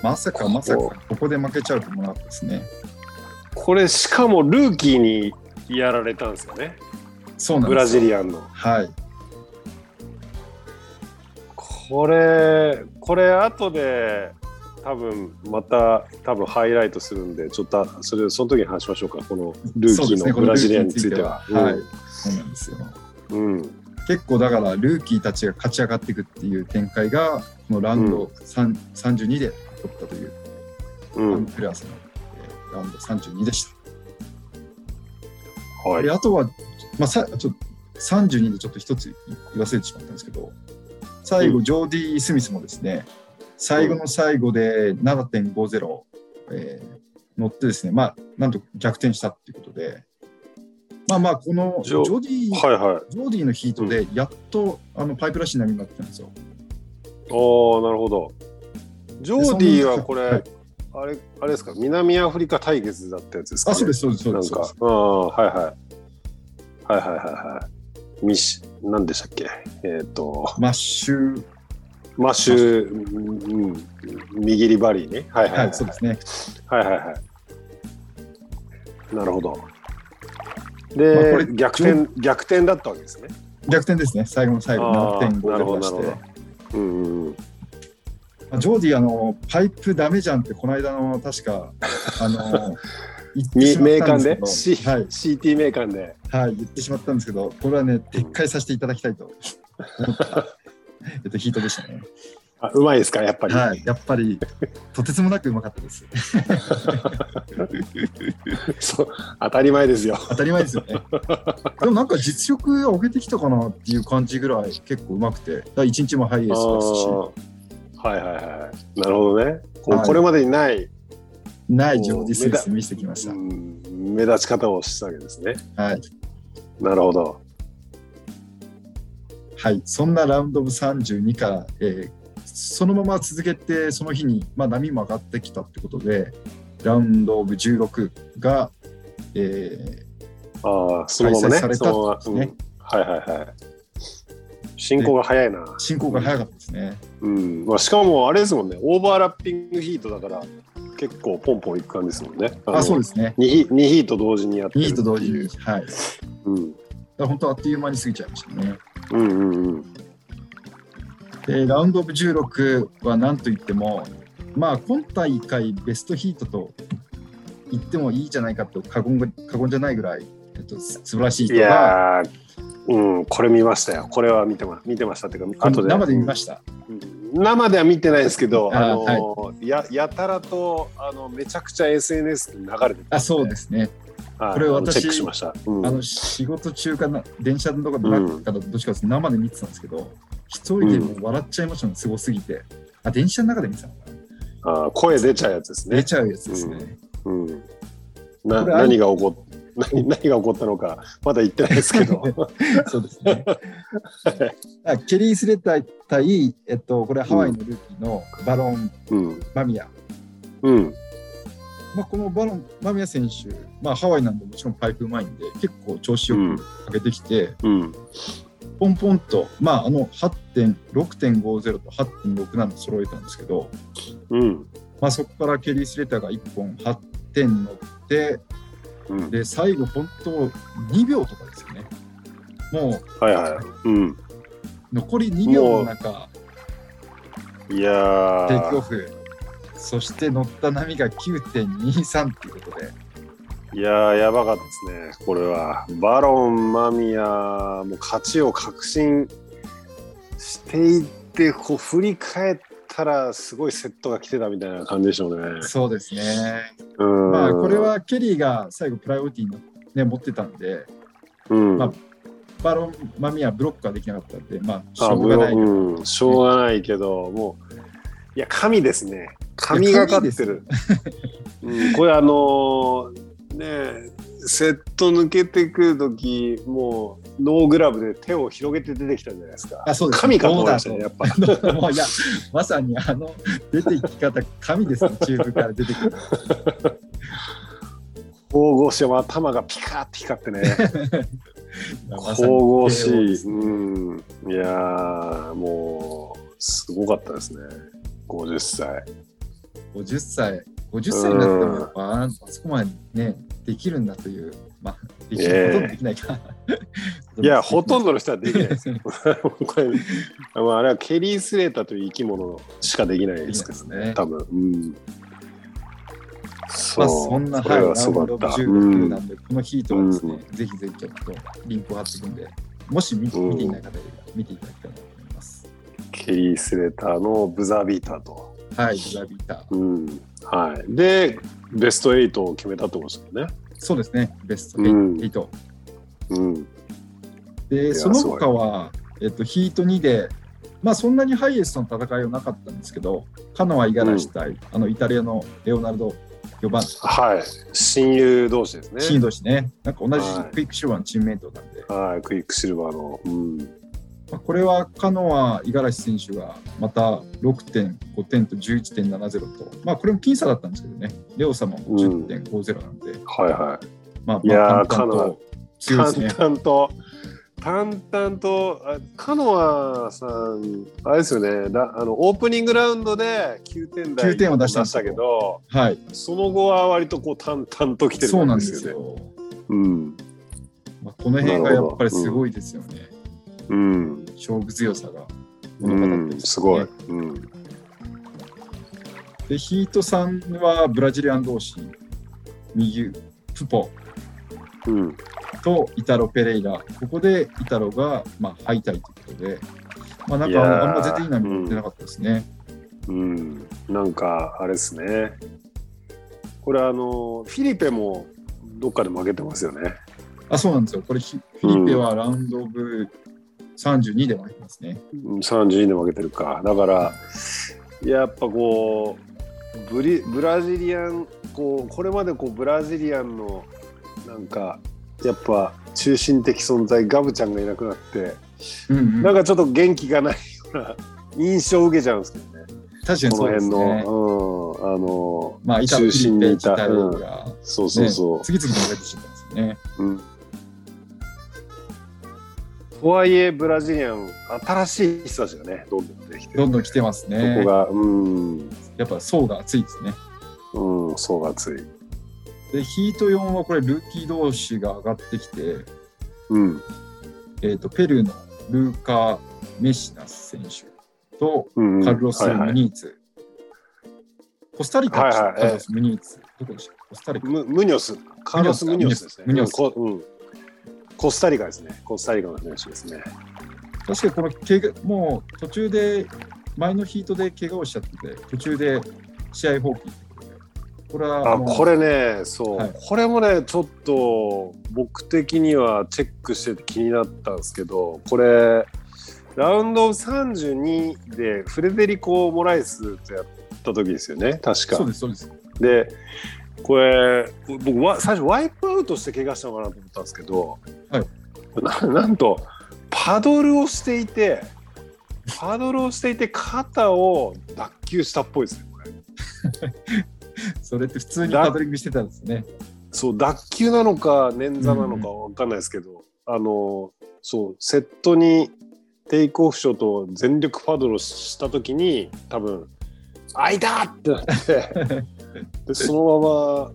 [SPEAKER 2] まさかまさか、ここで負けちゃうと思わなかったですね。
[SPEAKER 3] これ、しかもルーキーにやられたんですよね、
[SPEAKER 2] そうなん
[SPEAKER 3] ブ
[SPEAKER 2] です
[SPEAKER 3] ラジリアンの。
[SPEAKER 2] はい。
[SPEAKER 3] これ、これ、後で、多分また多分ハイライトするんで、ちょっとあそれその時に話しましょうか、このルー
[SPEAKER 2] そう
[SPEAKER 3] キ
[SPEAKER 2] で
[SPEAKER 3] ー
[SPEAKER 2] すね
[SPEAKER 3] の
[SPEAKER 2] こ
[SPEAKER 3] ブ
[SPEAKER 2] の
[SPEAKER 3] ラジリアンについては。
[SPEAKER 2] ルーキーについてははいそうなんですよ。
[SPEAKER 3] うんうん
[SPEAKER 2] 結構だから、ルーキーたちが勝ち上がっていくっていう展開が、このラウンド3 32で取ったという、
[SPEAKER 3] う
[SPEAKER 2] アン
[SPEAKER 3] ん
[SPEAKER 2] クレアスの、えーラウンド32でした。
[SPEAKER 3] は
[SPEAKER 2] で
[SPEAKER 3] い、
[SPEAKER 2] あとは、まあ、さちょっと32でちょっと一つ言わせてしまったんですけど最後、ジョーディー・スミスもですね最後の最後で7.50えー乗ってですね、まあ、なんと逆転したっていうことで、まあまあ、このジ
[SPEAKER 3] ジョ
[SPEAKER 2] ョディ、
[SPEAKER 3] はいはい。
[SPEAKER 2] ジョーディのヒートで、やっとあのパイプラッシュ並みになってたんですよ。
[SPEAKER 3] おおなるほど。ジョーディーはこれ、
[SPEAKER 2] はい
[SPEAKER 3] あれあれですか南アフリカ対決だったやつですか、。
[SPEAKER 2] あ、そうですす、そうです、そう
[SPEAKER 3] な
[SPEAKER 2] で
[SPEAKER 3] ん
[SPEAKER 2] す。
[SPEAKER 3] か
[SPEAKER 2] そうです
[SPEAKER 3] うんはいはいはいはいはいはい。ミシなんでしたっけえっ、と
[SPEAKER 2] マッシュ、
[SPEAKER 3] マッシュうんうん右リバリーね。はいはいは、
[SPEAKER 2] はいい、そうですね。
[SPEAKER 3] はいはいはい。なるほど。
[SPEAKER 2] まあ
[SPEAKER 3] で、
[SPEAKER 2] これ
[SPEAKER 3] 逆転逆転だったわけですね。
[SPEAKER 2] 逆転ですね、最後の最後、
[SPEAKER 3] あーな
[SPEAKER 2] 7.5
[SPEAKER 3] るほ
[SPEAKER 2] で出
[SPEAKER 3] ど
[SPEAKER 2] し
[SPEAKER 3] なる
[SPEAKER 2] て
[SPEAKER 3] ほ。うんうんうん。
[SPEAKER 2] まあジョーディ、あの、パイプダメじゃんって、この間の、確か、あ の、言って
[SPEAKER 3] に
[SPEAKER 2] しま
[SPEAKER 3] 名
[SPEAKER 2] ったん
[SPEAKER 3] 鑑で、
[SPEAKER 2] です
[SPEAKER 3] C
[SPEAKER 2] けど、はい、
[SPEAKER 3] CT 名鑑で。
[SPEAKER 2] はい、言ってしまったんですけど、これはね、撤回させていただきたいと思った、 えっと、ヒートでしたね。
[SPEAKER 3] あうまいですかやっぱり。
[SPEAKER 2] はい、やっぱり、とてつもなくうまかったです。
[SPEAKER 3] そう当たり前ですよ。
[SPEAKER 2] 当たり前ですよね。でもなんか実力上げてきたかなっていう感じぐらい結構うまくて、だから一日もハイエースですし、
[SPEAKER 3] はいはいはい。なるほどね。こう
[SPEAKER 2] はい
[SPEAKER 3] これまでにない、
[SPEAKER 2] ないジョーディスミス見せてきまし
[SPEAKER 3] うん目立ち方をしたわけですね。
[SPEAKER 2] た。はい、
[SPEAKER 3] なるほど。
[SPEAKER 2] はい、そんなラウンドオブ32から、えーそのまま続けてその日に、まあ、波も上がってきたってことで、ラウンドオブ16が、えー
[SPEAKER 3] ああ、そのまま
[SPEAKER 2] 開催
[SPEAKER 3] ね。
[SPEAKER 2] された
[SPEAKER 3] そのまま
[SPEAKER 2] ってことですね
[SPEAKER 3] うんはいはいはい。進行が早いな。
[SPEAKER 2] 進行が早かったですね。
[SPEAKER 3] うん。まあしかもあれですもんね。オーバーラッピングヒートだから結構ポンポンいく感じですもんね。
[SPEAKER 2] あ、そう
[SPEAKER 3] う。
[SPEAKER 2] ですね。
[SPEAKER 3] 2ヒ二ヒート同時にやって
[SPEAKER 2] 2
[SPEAKER 3] るっ
[SPEAKER 2] 位
[SPEAKER 3] て
[SPEAKER 2] と同時
[SPEAKER 3] い
[SPEAKER 2] に
[SPEAKER 3] う。。
[SPEAKER 2] はい。だか
[SPEAKER 3] うん。
[SPEAKER 2] ら本当あっという間に過ぎちゃいましたね。
[SPEAKER 3] うんうんうん。
[SPEAKER 2] でラウンドオブ16は何と言っても、まあ、今大会ベストヒートと言ってもいいじゃないかと過言が過言じゃないぐらい、えっと、す素晴らしい
[SPEAKER 3] い
[SPEAKER 2] 人が
[SPEAKER 3] やー、うん、これ見ましたよ。これは見てま見てましたっていう
[SPEAKER 2] こ
[SPEAKER 3] か、
[SPEAKER 2] の
[SPEAKER 3] 後で
[SPEAKER 2] 生で見ました。
[SPEAKER 3] うん生では見てないですけど、
[SPEAKER 2] あー
[SPEAKER 3] あのややたらとあのめちゃくちゃ SNS で流れてて
[SPEAKER 2] あそうですね、
[SPEAKER 3] はい
[SPEAKER 2] これ
[SPEAKER 3] あの
[SPEAKER 2] 私
[SPEAKER 3] チェックしました。うん
[SPEAKER 2] あの仕事中かな電車のとかの中からどっちかです生で見てたんですけど一人でもう笑っちゃいましたねすごすぎてあ電車の中で見てたのかな
[SPEAKER 3] あー声出ちゃうやつです
[SPEAKER 2] 出
[SPEAKER 3] ね。
[SPEAKER 2] ちゃうやつですね、
[SPEAKER 3] うん、な
[SPEAKER 2] これあれ
[SPEAKER 3] 何が起こっ何何が起こったのかまだ言ってないですけど。
[SPEAKER 2] そうですね。あケリー・スレッター対、えっと、これはハワイのルーキーのバロン・
[SPEAKER 3] うん
[SPEAKER 2] マミヤ。
[SPEAKER 3] うん
[SPEAKER 2] まあ、このバロン・マミヤ選手、まあ、ハワイなんでもちろんパイプうまいんで、結構調子よ
[SPEAKER 3] うん
[SPEAKER 2] く上げてきて、
[SPEAKER 3] うん
[SPEAKER 2] ポンポンと、まあ、あの8.、6.50と8.67揃えたんですけど、
[SPEAKER 3] うん
[SPEAKER 2] まあ、そこからケリー・スレッターが1本8点乗って、
[SPEAKER 3] うん
[SPEAKER 2] で、最後、本当2秒とかですよね。も
[SPEAKER 3] はいはい。うん
[SPEAKER 2] う、残り2秒の中、
[SPEAKER 3] いや
[SPEAKER 2] テイクオ
[SPEAKER 3] ー
[SPEAKER 2] フ、そして乗った波が9.23っていうことで、
[SPEAKER 3] いやーやばかったですね。これはバロンマミヤもう勝ちを確信していってこう振り返ったらすごいセットが来てたみたいな感じでしょうね。
[SPEAKER 2] そうですね。
[SPEAKER 3] うん
[SPEAKER 2] まあ、これはケリーが最後、プライオリティに、ね、持ってたんで、
[SPEAKER 3] うん。
[SPEAKER 2] まあバロン・マミア、ブロックができなかったんで、まあ、し
[SPEAKER 3] あ
[SPEAKER 2] ょうがない。
[SPEAKER 3] もううんしょうがないけど、もう、いや、神ですね。神がかってる。うん、これ、あのーねえ、セット抜けてくるとき、もう、ノーグラブで手を広げて出てきたんじゃないですか。
[SPEAKER 2] あ、そうです。
[SPEAKER 3] 神かと思
[SPEAKER 2] どう
[SPEAKER 3] いま
[SPEAKER 2] だ
[SPEAKER 3] した
[SPEAKER 2] と
[SPEAKER 3] ね、やっぱ。
[SPEAKER 2] もう いや、まさにあの、出て行き方、神ですね、チューブから出てくる。
[SPEAKER 3] 神々しい、頭がピカって光ってね、
[SPEAKER 2] まさ
[SPEAKER 3] 神
[SPEAKER 2] に
[SPEAKER 3] 々し
[SPEAKER 2] 帝王で
[SPEAKER 3] い。
[SPEAKER 2] すね
[SPEAKER 3] うん、いやー、もう、すごかったですね、50歳。
[SPEAKER 2] 50歳、50歳になっても、やっぱ、あそこまでね、できるんだという、まあ、できる、
[SPEAKER 3] え
[SPEAKER 2] ほ
[SPEAKER 3] え
[SPEAKER 2] とんどできないか。
[SPEAKER 3] いや、ほとん
[SPEAKER 2] ど
[SPEAKER 3] どの人はできない です。 これ、あのあれはケリー・スレーターという生き物しかできないですけど
[SPEAKER 2] できないです
[SPEAKER 3] ね、
[SPEAKER 2] ね
[SPEAKER 3] 多分。うん。そ
[SPEAKER 2] まあ、そんな、
[SPEAKER 3] これ
[SPEAKER 2] は、
[SPEAKER 3] はいすご
[SPEAKER 2] ラウ
[SPEAKER 3] か
[SPEAKER 2] ンド
[SPEAKER 3] った。
[SPEAKER 2] オブ
[SPEAKER 3] う
[SPEAKER 2] 16
[SPEAKER 3] ん
[SPEAKER 2] なんで、このヒートはですね、ぜひぜひちょっとリンクを貼っていくんで、もし見,、
[SPEAKER 3] うん
[SPEAKER 2] 見ていない方いれば見ていただきたいなと思います。
[SPEAKER 3] ケリー・スレーターのブザービーターと。
[SPEAKER 2] はい、ラビーター。
[SPEAKER 3] うん。はい。で、ベスト8を決めたってことですよね。
[SPEAKER 2] そうですね、ベスト
[SPEAKER 3] うん
[SPEAKER 2] 8。
[SPEAKER 3] うん。
[SPEAKER 2] で、
[SPEAKER 3] や
[SPEAKER 2] その他は、えっと、ヒート2で、まあ、そんなにハイエースとの戦いはなかったんですけど、カノア・五十嵐対、あのイタリアのレオナルド・ 4番、
[SPEAKER 3] はい。親友同士ですね。
[SPEAKER 2] シーン同士ね、なんか同じ
[SPEAKER 3] はい
[SPEAKER 2] クイックシルバーのチームメイトなんで、
[SPEAKER 3] はい、クイックシルバーの。うん。
[SPEAKER 2] まあ、これはカノア、五十嵐選手がまた6.5点と11.70と、まあ、これも僅差だったんですけどね、レオ様も10.50なんで、
[SPEAKER 3] はいはい。
[SPEAKER 2] まあ、
[SPEAKER 3] いやー
[SPEAKER 2] 淡々と強いですね。
[SPEAKER 3] 淡々と、淡々と、あカノアさん、あれですよね、だあのオープニングラウンドで9点台
[SPEAKER 2] 9点を出したんですよ
[SPEAKER 3] けど、
[SPEAKER 2] はい、
[SPEAKER 3] その後は割とこう淡々と来てる
[SPEAKER 2] そうなん
[SPEAKER 3] ん
[SPEAKER 2] で
[SPEAKER 3] です
[SPEAKER 2] す
[SPEAKER 3] よね。
[SPEAKER 2] よ。
[SPEAKER 3] うん。
[SPEAKER 2] まあ、この辺がやっぱりすごいですよね。
[SPEAKER 3] うん。
[SPEAKER 2] 勝負強さが物語って
[SPEAKER 3] う
[SPEAKER 2] ま
[SPEAKER 3] ん、
[SPEAKER 2] す
[SPEAKER 3] す
[SPEAKER 2] ね
[SPEAKER 3] ごい。うん。
[SPEAKER 2] で、ヒートさんはブラジリアン同士、右、プポ
[SPEAKER 3] うん。
[SPEAKER 2] とイタロ・ペレイラ、ここでイタロが、まあ、敗退ということで、まあ、なん
[SPEAKER 3] いやー
[SPEAKER 2] かあんま全然いい波も出なかったですね。
[SPEAKER 3] うん、なんかあれですね。これあのフィリペもどっかで負けてますよね。
[SPEAKER 2] あ、そうなんですよ。これ、フィリペはラウンドオブ32でもありますね。
[SPEAKER 3] うん32で負けてるか。だからやっぱこうブリブラジリアンこうこれまでこうブラジリアンのなんかやっぱ中心的存在ガブちゃんがいなくなって
[SPEAKER 2] うんうん
[SPEAKER 3] なんかちょっと元気がないような印象を受けちゃうんですけどね。
[SPEAKER 2] 確かに
[SPEAKER 3] この
[SPEAKER 2] そうです
[SPEAKER 3] 辺
[SPEAKER 2] ね。
[SPEAKER 3] の、うん、あの
[SPEAKER 2] まあ、イタロ・
[SPEAKER 3] 中
[SPEAKER 2] フィリ
[SPEAKER 3] 心
[SPEAKER 2] ペ
[SPEAKER 3] に
[SPEAKER 2] イ
[SPEAKER 3] いた
[SPEAKER 2] イタロが、ね
[SPEAKER 3] そうそうそう。
[SPEAKER 2] 次々と出てきちゃったんですよね。
[SPEAKER 3] うんとはいえブラジリアン新しい人たちがねどんどん出てきて
[SPEAKER 2] どんどん来てます
[SPEAKER 3] そ
[SPEAKER 2] ね
[SPEAKER 3] こ。がうん
[SPEAKER 2] やっぱ層が厚いですね。
[SPEAKER 3] うん層が厚い
[SPEAKER 2] で、ヒート4はこれ、ルーキー同士が上がってきて、
[SPEAKER 3] うん
[SPEAKER 2] えー、とペルーのルーカ・メシナス選手と
[SPEAKER 3] うんうん
[SPEAKER 2] カルロス・
[SPEAKER 3] はいは
[SPEAKER 2] ム
[SPEAKER 3] い
[SPEAKER 2] ニーツ、コスタリカでした
[SPEAKER 3] はい
[SPEAKER 2] カ
[SPEAKER 3] はい
[SPEAKER 2] ルロス・ムニーツ、どこでしたコスタリカ、
[SPEAKER 3] ムムニョスカルロス・ム
[SPEAKER 2] ム
[SPEAKER 3] ニ
[SPEAKER 2] ニ
[SPEAKER 3] ョ
[SPEAKER 2] ョ
[SPEAKER 3] ス
[SPEAKER 2] ス
[SPEAKER 3] ですね
[SPEAKER 2] ムニョス
[SPEAKER 3] うんこうんコスタリカですねコスタリカの選手ですね
[SPEAKER 2] 確かにこの怪我もう途中で前のヒートで怪我をしちゃってて途中で試合放棄これは
[SPEAKER 3] あ
[SPEAKER 2] もう
[SPEAKER 3] これねそう、
[SPEAKER 2] はい
[SPEAKER 3] これもねちょっと僕的にはチェックしてて気になったんですけどこれラウンド32でフレデリコ・モライスとやった時ですよね確
[SPEAKER 2] そう
[SPEAKER 3] か。
[SPEAKER 2] ですそうです
[SPEAKER 3] でこれ僕わ最初ワイプアウトして怪我したのかなと思ったんですけど、
[SPEAKER 2] はい
[SPEAKER 3] ななんとパドルをしていてパドルをしていて肩を脱臼したっぽいですねこれ。
[SPEAKER 2] それって普通にパドリングしてたんですね
[SPEAKER 3] そう脱臼なのか捻挫なのかわかんないですけど、あのそうセットにテイクオフショットを全力パドルをした時に多分「あいた!」ってなって でそのまま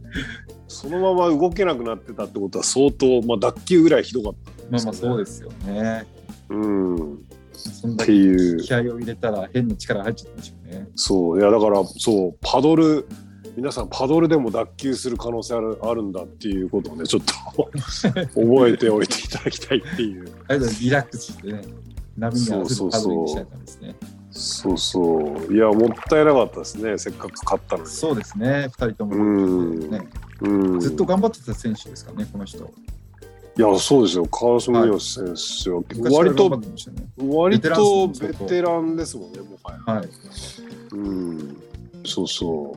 [SPEAKER 3] そのまま動けなくなってたってことは相当、まあ、脱臼ぐらいひどかっ
[SPEAKER 2] まあまあそうですよね
[SPEAKER 3] た、うん、
[SPEAKER 2] そん
[SPEAKER 3] っ
[SPEAKER 2] だ
[SPEAKER 3] て
[SPEAKER 2] け
[SPEAKER 3] いう
[SPEAKER 2] 気合を入れたら変な力入っちゃったんでしょうね
[SPEAKER 3] そういやだからそうパドル皆さんパドルでも脱臼する可能性あるあるんだっていうことをねちょっと 覚えておいていただきたいっていう。
[SPEAKER 2] あれだリラックスしてね波に合わせてパドリングしてたんですね
[SPEAKER 3] そうそう。いや、もったいなかったですね。せっかく勝ったのに。
[SPEAKER 2] そうですね、2人と
[SPEAKER 3] う
[SPEAKER 2] も、
[SPEAKER 3] ん
[SPEAKER 2] ね。
[SPEAKER 3] うん、
[SPEAKER 2] ずっと頑張ってた選手ですからね、この人。
[SPEAKER 3] いや、そうですよ。カーソン・ヨシ選手は、割
[SPEAKER 2] 昔から頑張
[SPEAKER 3] と
[SPEAKER 2] っ、てましたね
[SPEAKER 3] 割と
[SPEAKER 2] ベテランです
[SPEAKER 3] ベ
[SPEAKER 2] ね
[SPEAKER 3] テランですもんね、もはや。
[SPEAKER 2] はい、
[SPEAKER 3] うん。そうそ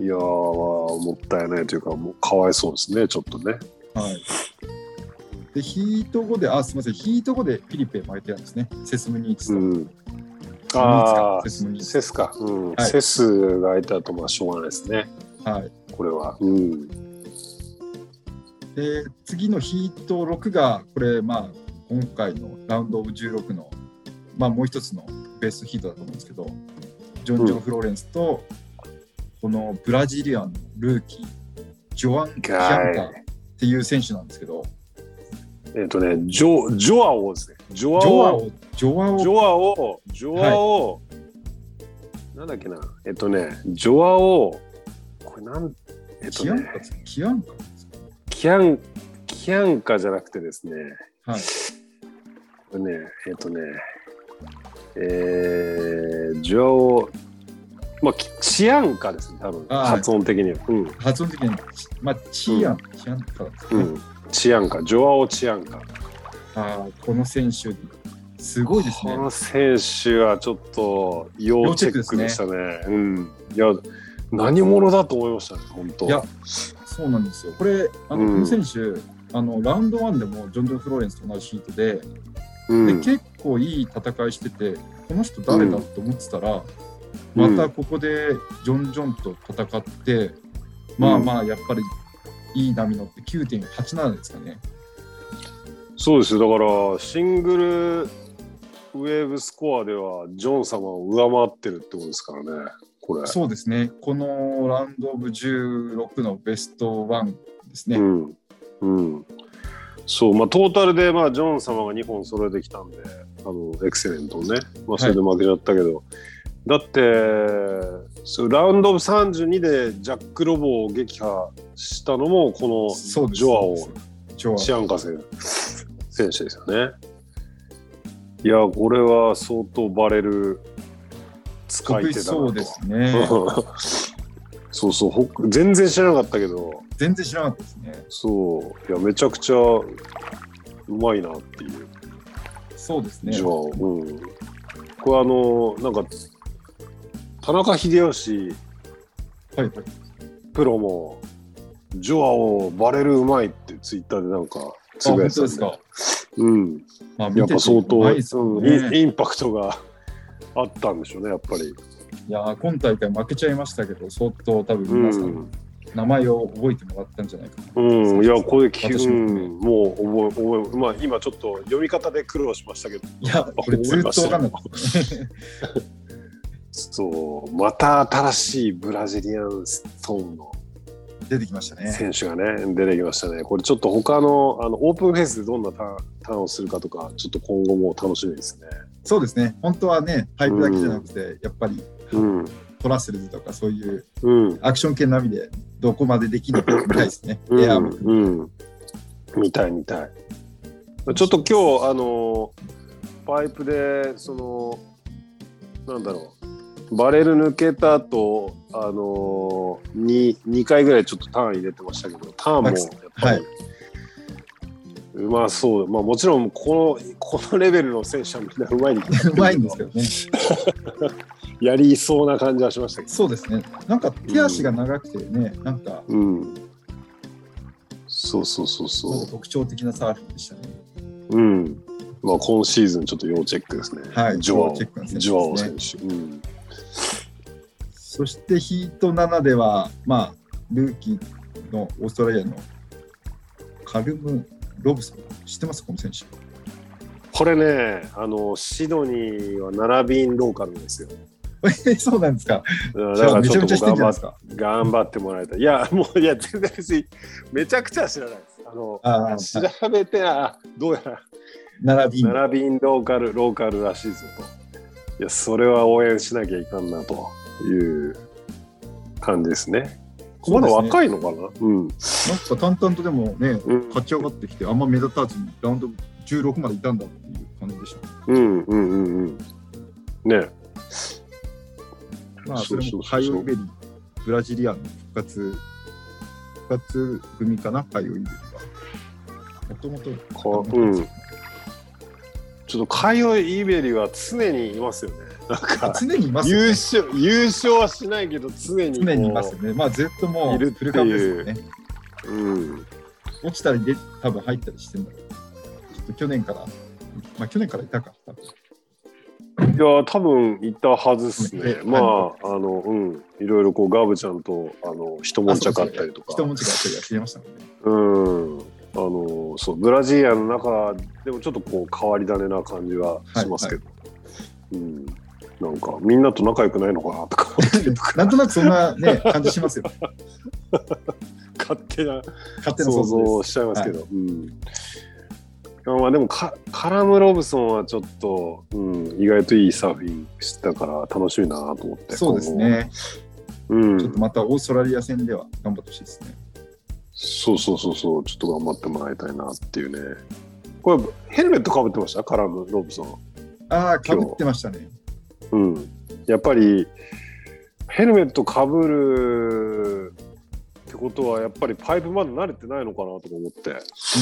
[SPEAKER 3] う。いやー、もったいないというか、もうかわいそうですね、ちょっとね。
[SPEAKER 2] はい。で、ヒート後で、あ、すみません、ヒート後でフィリペ負けてたんですね、セスムニーツと。
[SPEAKER 3] う
[SPEAKER 2] ニー
[SPEAKER 3] ん。
[SPEAKER 2] ツ
[SPEAKER 3] あ
[SPEAKER 2] かセ
[SPEAKER 3] あ、
[SPEAKER 2] スムニーツ。
[SPEAKER 3] セスか。うん。
[SPEAKER 2] はい
[SPEAKER 3] セスがいたと、まあ、しょうがないですね。
[SPEAKER 2] はい。
[SPEAKER 3] これは。うん。
[SPEAKER 2] で、次のヒート6が、これ、まあ、今回のラウンドオブ16の、まあ、もう一つのベストヒートだと思うんですけど、ジョン・ジョン・フローレンスと、このブラジリアンのルーキー、ジョアン・キャンカーっていう選手なんですけど、
[SPEAKER 3] えっ、とね、ジョ、ジョアオですね。ジョ
[SPEAKER 2] ジ
[SPEAKER 3] ア
[SPEAKER 2] ョ
[SPEAKER 3] オ
[SPEAKER 2] ア。を、ジョアを
[SPEAKER 3] ジョアを、ジョアを、なんだっけな、えっとね、ジョアを、これなん、えっと
[SPEAKER 2] キアン
[SPEAKER 3] ね、
[SPEAKER 2] カですかキアンカですか
[SPEAKER 3] キャン、キャンカじゃなくてですね、
[SPEAKER 2] はい。
[SPEAKER 3] これね、えっとね、えー、ジョアを、まあ、きチアンカですね、多分
[SPEAKER 2] あー
[SPEAKER 3] 発音的には。うん、
[SPEAKER 2] 発音的に、ちまあ、チアン、チアンカです
[SPEAKER 3] う
[SPEAKER 2] ね。
[SPEAKER 3] ん、チアンカ、ジョアをチアンカ。
[SPEAKER 2] ああ、この選手、すごいです
[SPEAKER 3] こ
[SPEAKER 2] ね。
[SPEAKER 3] の選手はちょっと要チェックでしたね。うん、いや何者だと思いましたね、本当。
[SPEAKER 2] いやそうなんですよ。これ、あの、
[SPEAKER 3] うん
[SPEAKER 2] この選手、あの、ラウンド1でもジョン・ジョン・フローレンスと同じシートで、
[SPEAKER 3] うん、
[SPEAKER 2] で結構いい戦いしてて、この人誰だと思ってたら、
[SPEAKER 3] うん
[SPEAKER 2] またここでジョン・ジョンと戦って、まあまあ、やっぱりいい波乗って9.87ですかね。
[SPEAKER 3] そうですよだからシングルウェーブスコアではジョン様を上回ってるってことですからねこれ
[SPEAKER 2] そうですね、このラウンド・オブ16のベスト1ですね。
[SPEAKER 3] うんうんそうまあトータルでまあジョン様が2本揃えてきたんであのエクセレントをね、まあ、それで負けちゃったけど、だってそうラウンドオブ32でジャック・ロボを撃破したのもこ
[SPEAKER 2] そう
[SPEAKER 3] の
[SPEAKER 2] です
[SPEAKER 3] ジョアを
[SPEAKER 2] ジョア
[SPEAKER 3] シアンカセン選手ですよね。いや、これは相当バレる使い
[SPEAKER 2] 得
[SPEAKER 3] 手
[SPEAKER 2] 意
[SPEAKER 3] だな
[SPEAKER 2] そ
[SPEAKER 3] と
[SPEAKER 2] うですね。
[SPEAKER 3] そうそうほっ、全然知らなかったけど、
[SPEAKER 2] 全然知らなかったですね。
[SPEAKER 3] そう、いや、めちゃくちゃうまいなっていう、
[SPEAKER 2] そうですね。
[SPEAKER 3] ジョアをうん。これ、あの、なんか、田中秀吉
[SPEAKER 2] はいはい。
[SPEAKER 3] プロも、ジョアをバレるうまいってツイッターでなんか、つ
[SPEAKER 2] あ、
[SPEAKER 3] ぶや
[SPEAKER 2] 本
[SPEAKER 3] いてた
[SPEAKER 2] 当
[SPEAKER 3] ん
[SPEAKER 2] ですか。
[SPEAKER 3] うん。
[SPEAKER 2] まあ、
[SPEAKER 3] やっぱ
[SPEAKER 2] 見
[SPEAKER 3] 相当、
[SPEAKER 2] ててうまいですよね
[SPEAKER 3] うんインインパクトがあったんでしょうね、やっぱり。
[SPEAKER 2] いやー今大会負けちゃいましたけど、相当多分
[SPEAKER 3] う
[SPEAKER 2] 皆さん
[SPEAKER 3] ん、
[SPEAKER 2] 名前を覚えてもらったんじゃないかな。
[SPEAKER 3] うん、いや、これ、き
[SPEAKER 2] 私
[SPEAKER 3] う
[SPEAKER 2] もね
[SPEAKER 3] ん、もう覚え、覚え、まあ、今ちょっと読み方で苦労しましたけど、
[SPEAKER 2] いや、これずっと分かんなかったです ね。
[SPEAKER 3] そう、また新しいブラジリアンストーンの
[SPEAKER 2] 出てきましたね。
[SPEAKER 3] 選手がね、出てきましたね。これ、ちょっと他の、あの、オープンフェイスでどんなターン、ターンをするかとか、ちょっと今後も楽しみですね。
[SPEAKER 2] そうですね。本当はね、パイプだけじゃなくて、やっぱり
[SPEAKER 3] うん、
[SPEAKER 2] トラッセルズとかそういう
[SPEAKER 3] うん、
[SPEAKER 2] アクション系並みでどこまでできるのかみたいですね。
[SPEAKER 3] うん、
[SPEAKER 2] エアーも
[SPEAKER 3] うん、見たい見たいちょっと今日あのパイプでそのなんだろうバレル抜けた後あの 2, 2回ぐらいちょっとターン入れてましたけどターンもやっぱり、
[SPEAKER 2] は
[SPEAKER 3] うまそうまあもちろんこのこのレベルの選手はみんなうまいに決まってる
[SPEAKER 2] うまいんですけどね。
[SPEAKER 3] やりそうな感じはしましたけど
[SPEAKER 2] そうですね。なんか手足が長くてね、なんか
[SPEAKER 3] うんそうそうそうそう、
[SPEAKER 2] なんか特徴的なサーフィンでしたね。
[SPEAKER 3] うん。まあ、今シーズンちょっと要チェックですね。
[SPEAKER 2] はい
[SPEAKER 3] ジョア
[SPEAKER 2] 要
[SPEAKER 3] オ、
[SPEAKER 2] チェックな選手ですね
[SPEAKER 3] ジョアオ選手。うん。
[SPEAKER 2] そしてヒート7では、まあ、ルーキーのオーストラリアのカルム・ロブソン、知ってますこの選手。
[SPEAKER 3] これね、あの、シドニーは並びんローカルですよ。
[SPEAKER 2] え そうなんですか。
[SPEAKER 3] だ
[SPEAKER 2] じゃあめちゃめ
[SPEAKER 3] こ
[SPEAKER 2] ちゃ
[SPEAKER 3] う
[SPEAKER 2] 知ってんじゃない
[SPEAKER 3] 頑張
[SPEAKER 2] で
[SPEAKER 3] っ
[SPEAKER 2] すか。
[SPEAKER 3] 頑張ってもらいたい。いや、もう、いや、全然別に、めちゃくちゃは知らないです。あの、
[SPEAKER 2] ああ、
[SPEAKER 3] 調べて、あどうやら、
[SPEAKER 2] 並びに。
[SPEAKER 3] 並びんローカル、ローカルらしいぞと。いや、それは応援しなきゃいかんなという感じですね。
[SPEAKER 2] そう
[SPEAKER 3] ま
[SPEAKER 2] で
[SPEAKER 3] だ
[SPEAKER 2] すね
[SPEAKER 3] 若いのかなうん。
[SPEAKER 2] なんか淡々とでもね、
[SPEAKER 3] うん
[SPEAKER 2] 勝ち上がってきて、あんま目立たずにラウンド16までいたんだっていう感じでした。
[SPEAKER 3] うんうんうんうん。ね
[SPEAKER 2] まあ、そ
[SPEAKER 3] そう
[SPEAKER 2] れ
[SPEAKER 3] そ
[SPEAKER 2] も
[SPEAKER 3] うそ
[SPEAKER 2] ハ
[SPEAKER 3] う
[SPEAKER 2] イオイベリー、ブラジリアンの復活、復活組かな、ハイオイベリーは。もともと、
[SPEAKER 3] こううん。ちょっとカイオイベリは常にいますよね。な
[SPEAKER 2] あ
[SPEAKER 3] んか
[SPEAKER 2] 常にいますよね
[SPEAKER 3] 優勝優勝はしないけど常にこう
[SPEAKER 2] 常にいますよね。まあ、ずっともう、
[SPEAKER 3] いるっ
[SPEAKER 2] フ
[SPEAKER 3] ていう
[SPEAKER 2] ルカウントですよね。
[SPEAKER 3] うん。
[SPEAKER 2] 落ちたりで、多分入ったりしてんだろう。ちょっと去年から、まあ、去年からいたか、多分
[SPEAKER 3] いや多分いたはずっすね
[SPEAKER 2] え。
[SPEAKER 3] まあ
[SPEAKER 2] は
[SPEAKER 3] あのうんいろいろこうガブちゃんとあの一文字ゃかあったりとか。
[SPEAKER 2] 一文字があったりはしてましたもんね。
[SPEAKER 3] うん。あのそうブラジリアの中でもちょっとこう変わり種な感じはしますけど、うん、なんかみんなと仲良くないのかなとか思った りとか
[SPEAKER 2] なんとなくそんなね、感じしますよ。
[SPEAKER 3] 勝手な
[SPEAKER 2] 勝手な想像
[SPEAKER 3] 想像
[SPEAKER 2] です。
[SPEAKER 3] しちゃいますけど、うんまあでもカカラム・ロブソンはちょっと、うん、意外といいサーフィンしてたから楽しいなと思って
[SPEAKER 2] そうですね。
[SPEAKER 3] 今後う
[SPEAKER 2] ちょっと
[SPEAKER 3] ん
[SPEAKER 2] またオーストラリア戦では頑張ってほしいですね。
[SPEAKER 3] そうそうそうそうちょっと頑張ってもらいたいなっていうねこれヘルメットかぶってましたカラム・ロブソン
[SPEAKER 2] ああ、かぶってましたね。
[SPEAKER 3] うん、やっぱりヘルメットかぶるってことはやっぱりパイプまで慣れてないのかなとか思って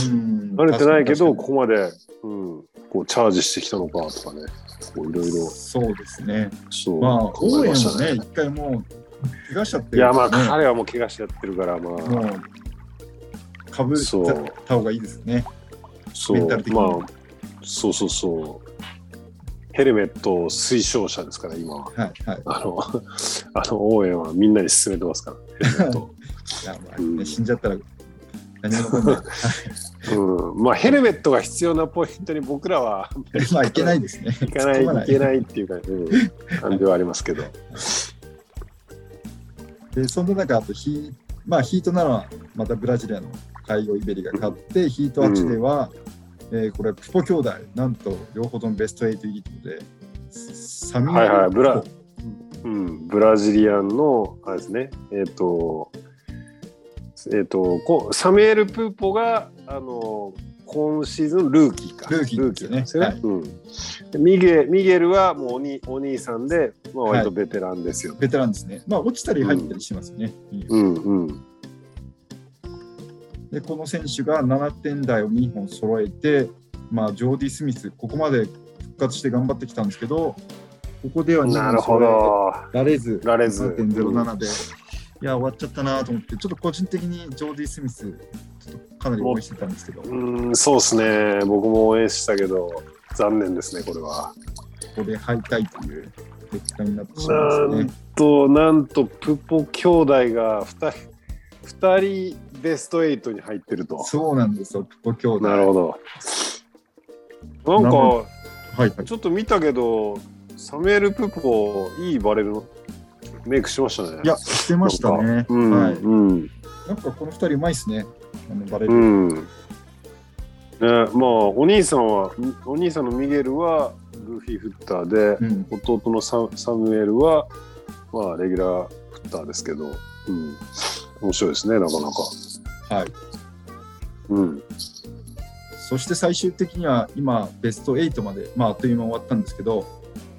[SPEAKER 2] うん
[SPEAKER 3] 慣れてないけど
[SPEAKER 2] 確
[SPEAKER 3] こ
[SPEAKER 2] か
[SPEAKER 3] こまで、うん、こうチャージしてきたのかとかねこういろい
[SPEAKER 2] に確かに
[SPEAKER 3] ろ
[SPEAKER 2] そうですね。
[SPEAKER 3] そう
[SPEAKER 2] まあ、
[SPEAKER 3] 考
[SPEAKER 2] 応
[SPEAKER 3] え
[SPEAKER 2] 援
[SPEAKER 3] まし
[SPEAKER 2] は
[SPEAKER 3] た
[SPEAKER 2] ね、一回もう怪我しちゃって
[SPEAKER 3] いや、まあ、彼はもう怪我しちゃってるから、まあ、
[SPEAKER 2] もう、かぶ
[SPEAKER 3] そう
[SPEAKER 2] った方がいいですね。
[SPEAKER 3] そう、
[SPEAKER 2] メンタル的に
[SPEAKER 3] まあ、そうそうそう。ヘルメット推奨者ですから、今は。
[SPEAKER 2] はいはい。
[SPEAKER 3] あの、 あの応援はみんなに勧めてますから、ヘルメット。
[SPEAKER 2] いやまあ
[SPEAKER 3] うん
[SPEAKER 2] ね、死んじゃったら何も残 んない。
[SPEAKER 3] うん、まあヘルメットが必要なポイントに僕らは
[SPEAKER 2] まあいけないですね。
[SPEAKER 3] 行かない
[SPEAKER 2] 突っ込ま
[SPEAKER 3] いけないっていうか、うん、感じはありますけど、
[SPEAKER 2] でそんな中あとヒ,、まあ、ヒートならまたブラジリアのカイオ・イベリが勝って、ヒートアチでは、えーこれプポ兄弟なんと両方ともベスト8入りということでサミュエル
[SPEAKER 3] はいはいブラうん、ブラジリアンのあれですねえっ、とえっ、とこサミュエル・プーポがあの今シーズンルーキーか
[SPEAKER 2] ルーキーですよね
[SPEAKER 3] ルーキーなんですよねうん、ミゲミゲルはもうおにお兄さんで、まあ、割とベテランですよ、
[SPEAKER 2] ベテランですね、まあ、落ちたり入ったりしますよね、
[SPEAKER 3] うんうん
[SPEAKER 2] でこの選手が7点台を2本揃えて、まあ、ジョーディ・スミスここまで復活して頑張ってきたんですけどここでは2
[SPEAKER 3] なる
[SPEAKER 2] 本揃
[SPEAKER 3] ほど
[SPEAKER 2] えてられず
[SPEAKER 3] ラレズ
[SPEAKER 2] 3.07で、いや、終わっちゃったなと思って、ちょっと個人的にジョーディ・スミス、ちょっとかなり応援してたんですけど、こ
[SPEAKER 3] うーん、そうですね。僕も応援したけど、残念ですね、これは。
[SPEAKER 2] こで敗退という結果になってしまいましたね。
[SPEAKER 3] と、なんと、プポ兄弟が2人、2人ベスト8に入ってると。
[SPEAKER 2] そうなんですよ、プポ兄弟。
[SPEAKER 3] なるほど。なん
[SPEAKER 2] な
[SPEAKER 3] か、
[SPEAKER 2] はいはい、
[SPEAKER 3] ちょっと見たけど、サミュエル・プポ、いいバレルのメイクしましたね。
[SPEAKER 2] いや、してましたね。
[SPEAKER 3] うん、
[SPEAKER 2] はい、
[SPEAKER 3] うん、
[SPEAKER 2] なんかこの2人うまいですね、あのバレ
[SPEAKER 3] う
[SPEAKER 2] ル。
[SPEAKER 3] ん。ね、まあ、お兄さんは、お兄さんのミゲルは、ルフィフッターで、
[SPEAKER 2] うん
[SPEAKER 3] 弟のササムエルは、まあ、レギュラーフッターですけど、うん、面白いですね、なかなか。
[SPEAKER 2] はい、
[SPEAKER 3] うん、
[SPEAKER 2] そして最終的には今、ベスト8まで、まあ、あっという間終わったんですけど、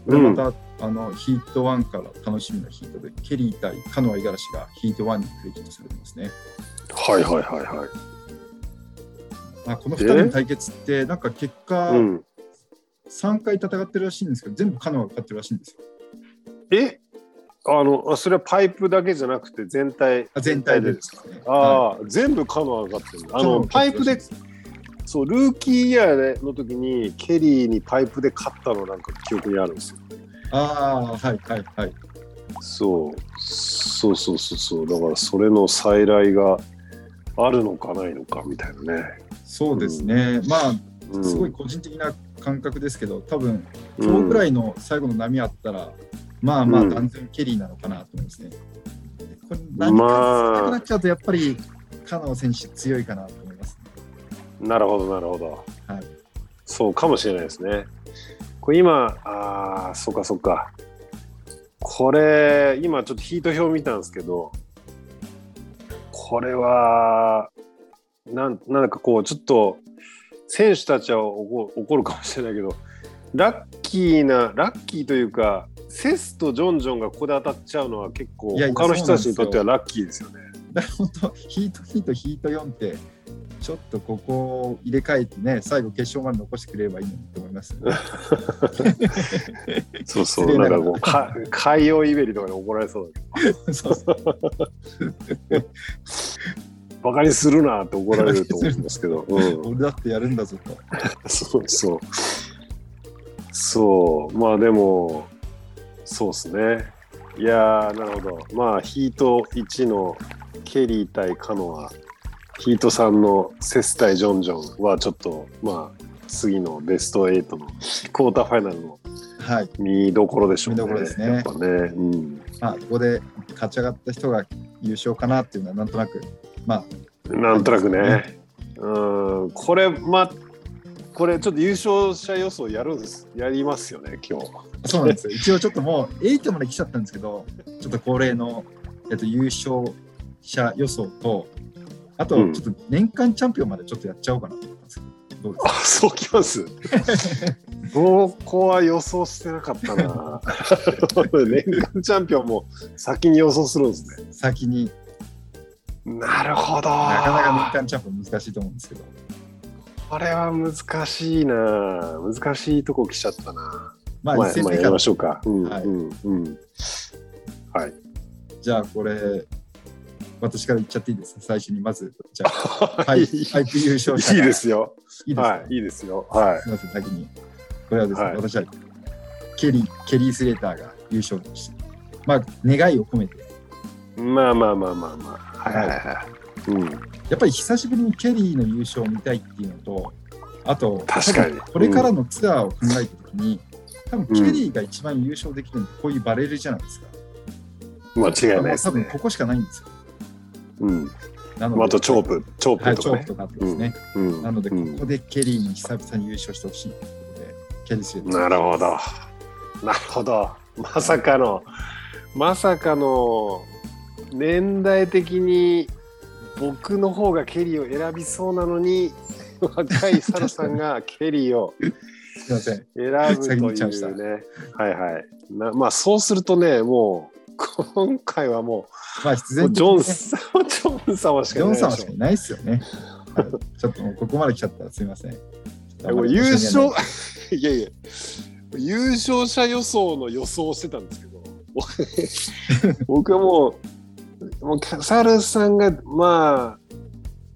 [SPEAKER 2] これまた、あのヒート1から楽しみなヒートで、ケリー対カノア・イガラシがヒート1にクレジットされてますね。
[SPEAKER 3] はいはいはいはい。
[SPEAKER 2] あこの2人の対決って、なんか結果、
[SPEAKER 3] うん、
[SPEAKER 2] 3回戦ってるらしいんですけど、全部カノアが勝ってるらしいんですよ。
[SPEAKER 3] えあのあそれはパイプだけじゃなくて全体
[SPEAKER 2] あ全体でですすかね。は
[SPEAKER 3] ああ、全部カノアが勝ってる
[SPEAKER 2] い
[SPEAKER 3] あのパイプでそうルーキーイヤーの時にケリーにパイプで勝ったのなんか記憶にあるんですよ
[SPEAKER 2] ああ、はいはいはい。
[SPEAKER 3] そうそうそうそうそうだからそれの再来があるのかないのかみたいなね、
[SPEAKER 2] そうですね。まあ、
[SPEAKER 3] うん、
[SPEAKER 2] すごい個人的な感覚ですけど、多分
[SPEAKER 3] うん
[SPEAKER 2] 今日ぐらいの最後の波あったら、まあま
[SPEAKER 3] う
[SPEAKER 2] あ、
[SPEAKER 3] ん
[SPEAKER 2] 断然ケリーなのかなと思いますね。これ何
[SPEAKER 3] ま
[SPEAKER 2] か
[SPEAKER 3] あ
[SPEAKER 2] なくなっちゃうと、やっぱりカノア選手強いかなと思います、ね。
[SPEAKER 3] なるほどなるほど、
[SPEAKER 2] はい
[SPEAKER 3] そうかもしれないですねこれ今あーそっかそっかこれ今ちょっとヒート表見たんですけどこれはなんなんかこうちょっと選手たちは怒怒るかもしれないけどラッキーなラッキーというかセスとジョンジョンがここで当たっちゃうのは結
[SPEAKER 2] い
[SPEAKER 3] 構
[SPEAKER 2] やいや
[SPEAKER 3] 他の人たちにとってはラッキーですよね。
[SPEAKER 2] だから本当、ヒートヒートヒート4って、ちょっとここを入れ替えてね、最後決勝まで残してくれればいいのにと思います、ね。
[SPEAKER 3] そう
[SPEAKER 2] 失
[SPEAKER 3] そう
[SPEAKER 2] 礼
[SPEAKER 3] な
[SPEAKER 2] なん
[SPEAKER 3] かこうか 海洋イベリとかに怒られそうだけど
[SPEAKER 2] そうそう
[SPEAKER 3] バカにするなって怒られると思うんです けど、うん、
[SPEAKER 2] 俺だってやるんだぞと。
[SPEAKER 3] そうそうそうまあでもそうですねいやーなるほどまあヒート1のケリー対カノアヒート3のセス対ジョンジョンはちょっとまあ次のベスト8のクォーターファイナルの
[SPEAKER 2] はい、
[SPEAKER 3] 見どころでしょうね。
[SPEAKER 2] 見どころですね
[SPEAKER 3] やっぱね。うん。
[SPEAKER 2] まあ、ここで勝ち上がった人が優勝かなっていうのは、なんとなく、まあ、
[SPEAKER 3] なんとなくね。うん。これ、ま、これちょっと優勝者予想やるんです。やりますよね、今日。
[SPEAKER 2] そうなんですよ。一応ちょっともう、8まで来ちゃったんですけど、ちょっと恒例の、えっと、優勝者予想と、あと、ちょっと年間チャンピオンまでちょっとやっちゃおうかなと思ったんですけど、どうです
[SPEAKER 3] あ、そう きます。そこは予想してなかったな。 年間チャンピオンも先に予想するんですね。
[SPEAKER 2] か先に、
[SPEAKER 3] なるほど。
[SPEAKER 2] なかなか年間チャンピオン難しいと思うんですけど。
[SPEAKER 3] これは難しいな。難しいとこ来ちゃったな。
[SPEAKER 2] ま
[SPEAKER 3] まあ、
[SPEAKER 2] あ、一
[SPEAKER 3] まあ、
[SPEAKER 2] 戦目
[SPEAKER 3] や
[SPEAKER 2] か
[SPEAKER 3] り
[SPEAKER 2] ら
[SPEAKER 3] ましょうか。うん、
[SPEAKER 2] はい
[SPEAKER 3] うん、うん。はい。
[SPEAKER 2] じゃあこれ私から言っちゃっていいですか最初にまずじゃあ
[SPEAKER 3] は、
[SPEAKER 2] はいい
[SPEAKER 3] い い
[SPEAKER 2] 俳句優勝者
[SPEAKER 3] で
[SPEAKER 2] い
[SPEAKER 3] すよ。
[SPEAKER 2] いですか、
[SPEAKER 3] はい、いいですよ。はい。
[SPEAKER 2] すみません先にこれはですね、
[SPEAKER 3] はい
[SPEAKER 2] 私はケリーケリー・スレーターが優勝しまあ願いを込めて
[SPEAKER 3] まあまあまあまあまあ。はいはいはい。うん、
[SPEAKER 2] やっぱり久しぶりにケリーの優勝を見たいっていうのとあと
[SPEAKER 3] 確かに
[SPEAKER 2] 多分これからのツアーを考えた時に、多分ケリーが一番優勝できるのってこういうバレルじゃないですか、
[SPEAKER 3] 間違いないで
[SPEAKER 2] 多
[SPEAKER 3] す
[SPEAKER 2] 分
[SPEAKER 3] ね。
[SPEAKER 2] ここしかないんですよ
[SPEAKER 3] うん、
[SPEAKER 2] なの
[SPEAKER 3] まああとチョープ、チョー
[SPEAKER 2] は
[SPEAKER 3] プ
[SPEAKER 2] い
[SPEAKER 3] と
[SPEAKER 2] チョ
[SPEAKER 3] か
[SPEAKER 2] ープ
[SPEAKER 3] ね。
[SPEAKER 2] とかあってですね、
[SPEAKER 3] うん、
[SPEAKER 2] なので、こ
[SPEAKER 3] うん
[SPEAKER 2] こでケリーに久々に優勝してほしいということで、ケリースレッド
[SPEAKER 3] なるほど。なるほど。まさかの、まさかの、年代的に僕の方がケリーを選びそうなのに、若いサラさんがケリーを
[SPEAKER 2] すいません。
[SPEAKER 3] 選ぶ と
[SPEAKER 2] 先に言っ
[SPEAKER 3] い
[SPEAKER 2] ちゃいました
[SPEAKER 3] うね。はいはい。なまあそうするとね、もう今回はも
[SPEAKER 2] まあ、必
[SPEAKER 3] うも
[SPEAKER 2] 然
[SPEAKER 3] う
[SPEAKER 2] 的
[SPEAKER 3] ジ
[SPEAKER 2] にね
[SPEAKER 3] ョンさん、ジョン様し
[SPEAKER 2] ジ
[SPEAKER 3] かい
[SPEAKER 2] ョ
[SPEAKER 3] ない
[SPEAKER 2] ン
[SPEAKER 3] で
[SPEAKER 2] さ
[SPEAKER 3] し
[SPEAKER 2] ん
[SPEAKER 3] ょ
[SPEAKER 2] はしかいないですよね。はいちょっともうここまで来ちゃったらすいません。ちょっとあんま
[SPEAKER 3] もう
[SPEAKER 2] り
[SPEAKER 3] 優
[SPEAKER 2] 申し訳
[SPEAKER 3] 勝
[SPEAKER 2] ない、
[SPEAKER 3] いやいや、優勝者予想の予想をしてたんですけど、僕はもう、もうサルさんが、まあ、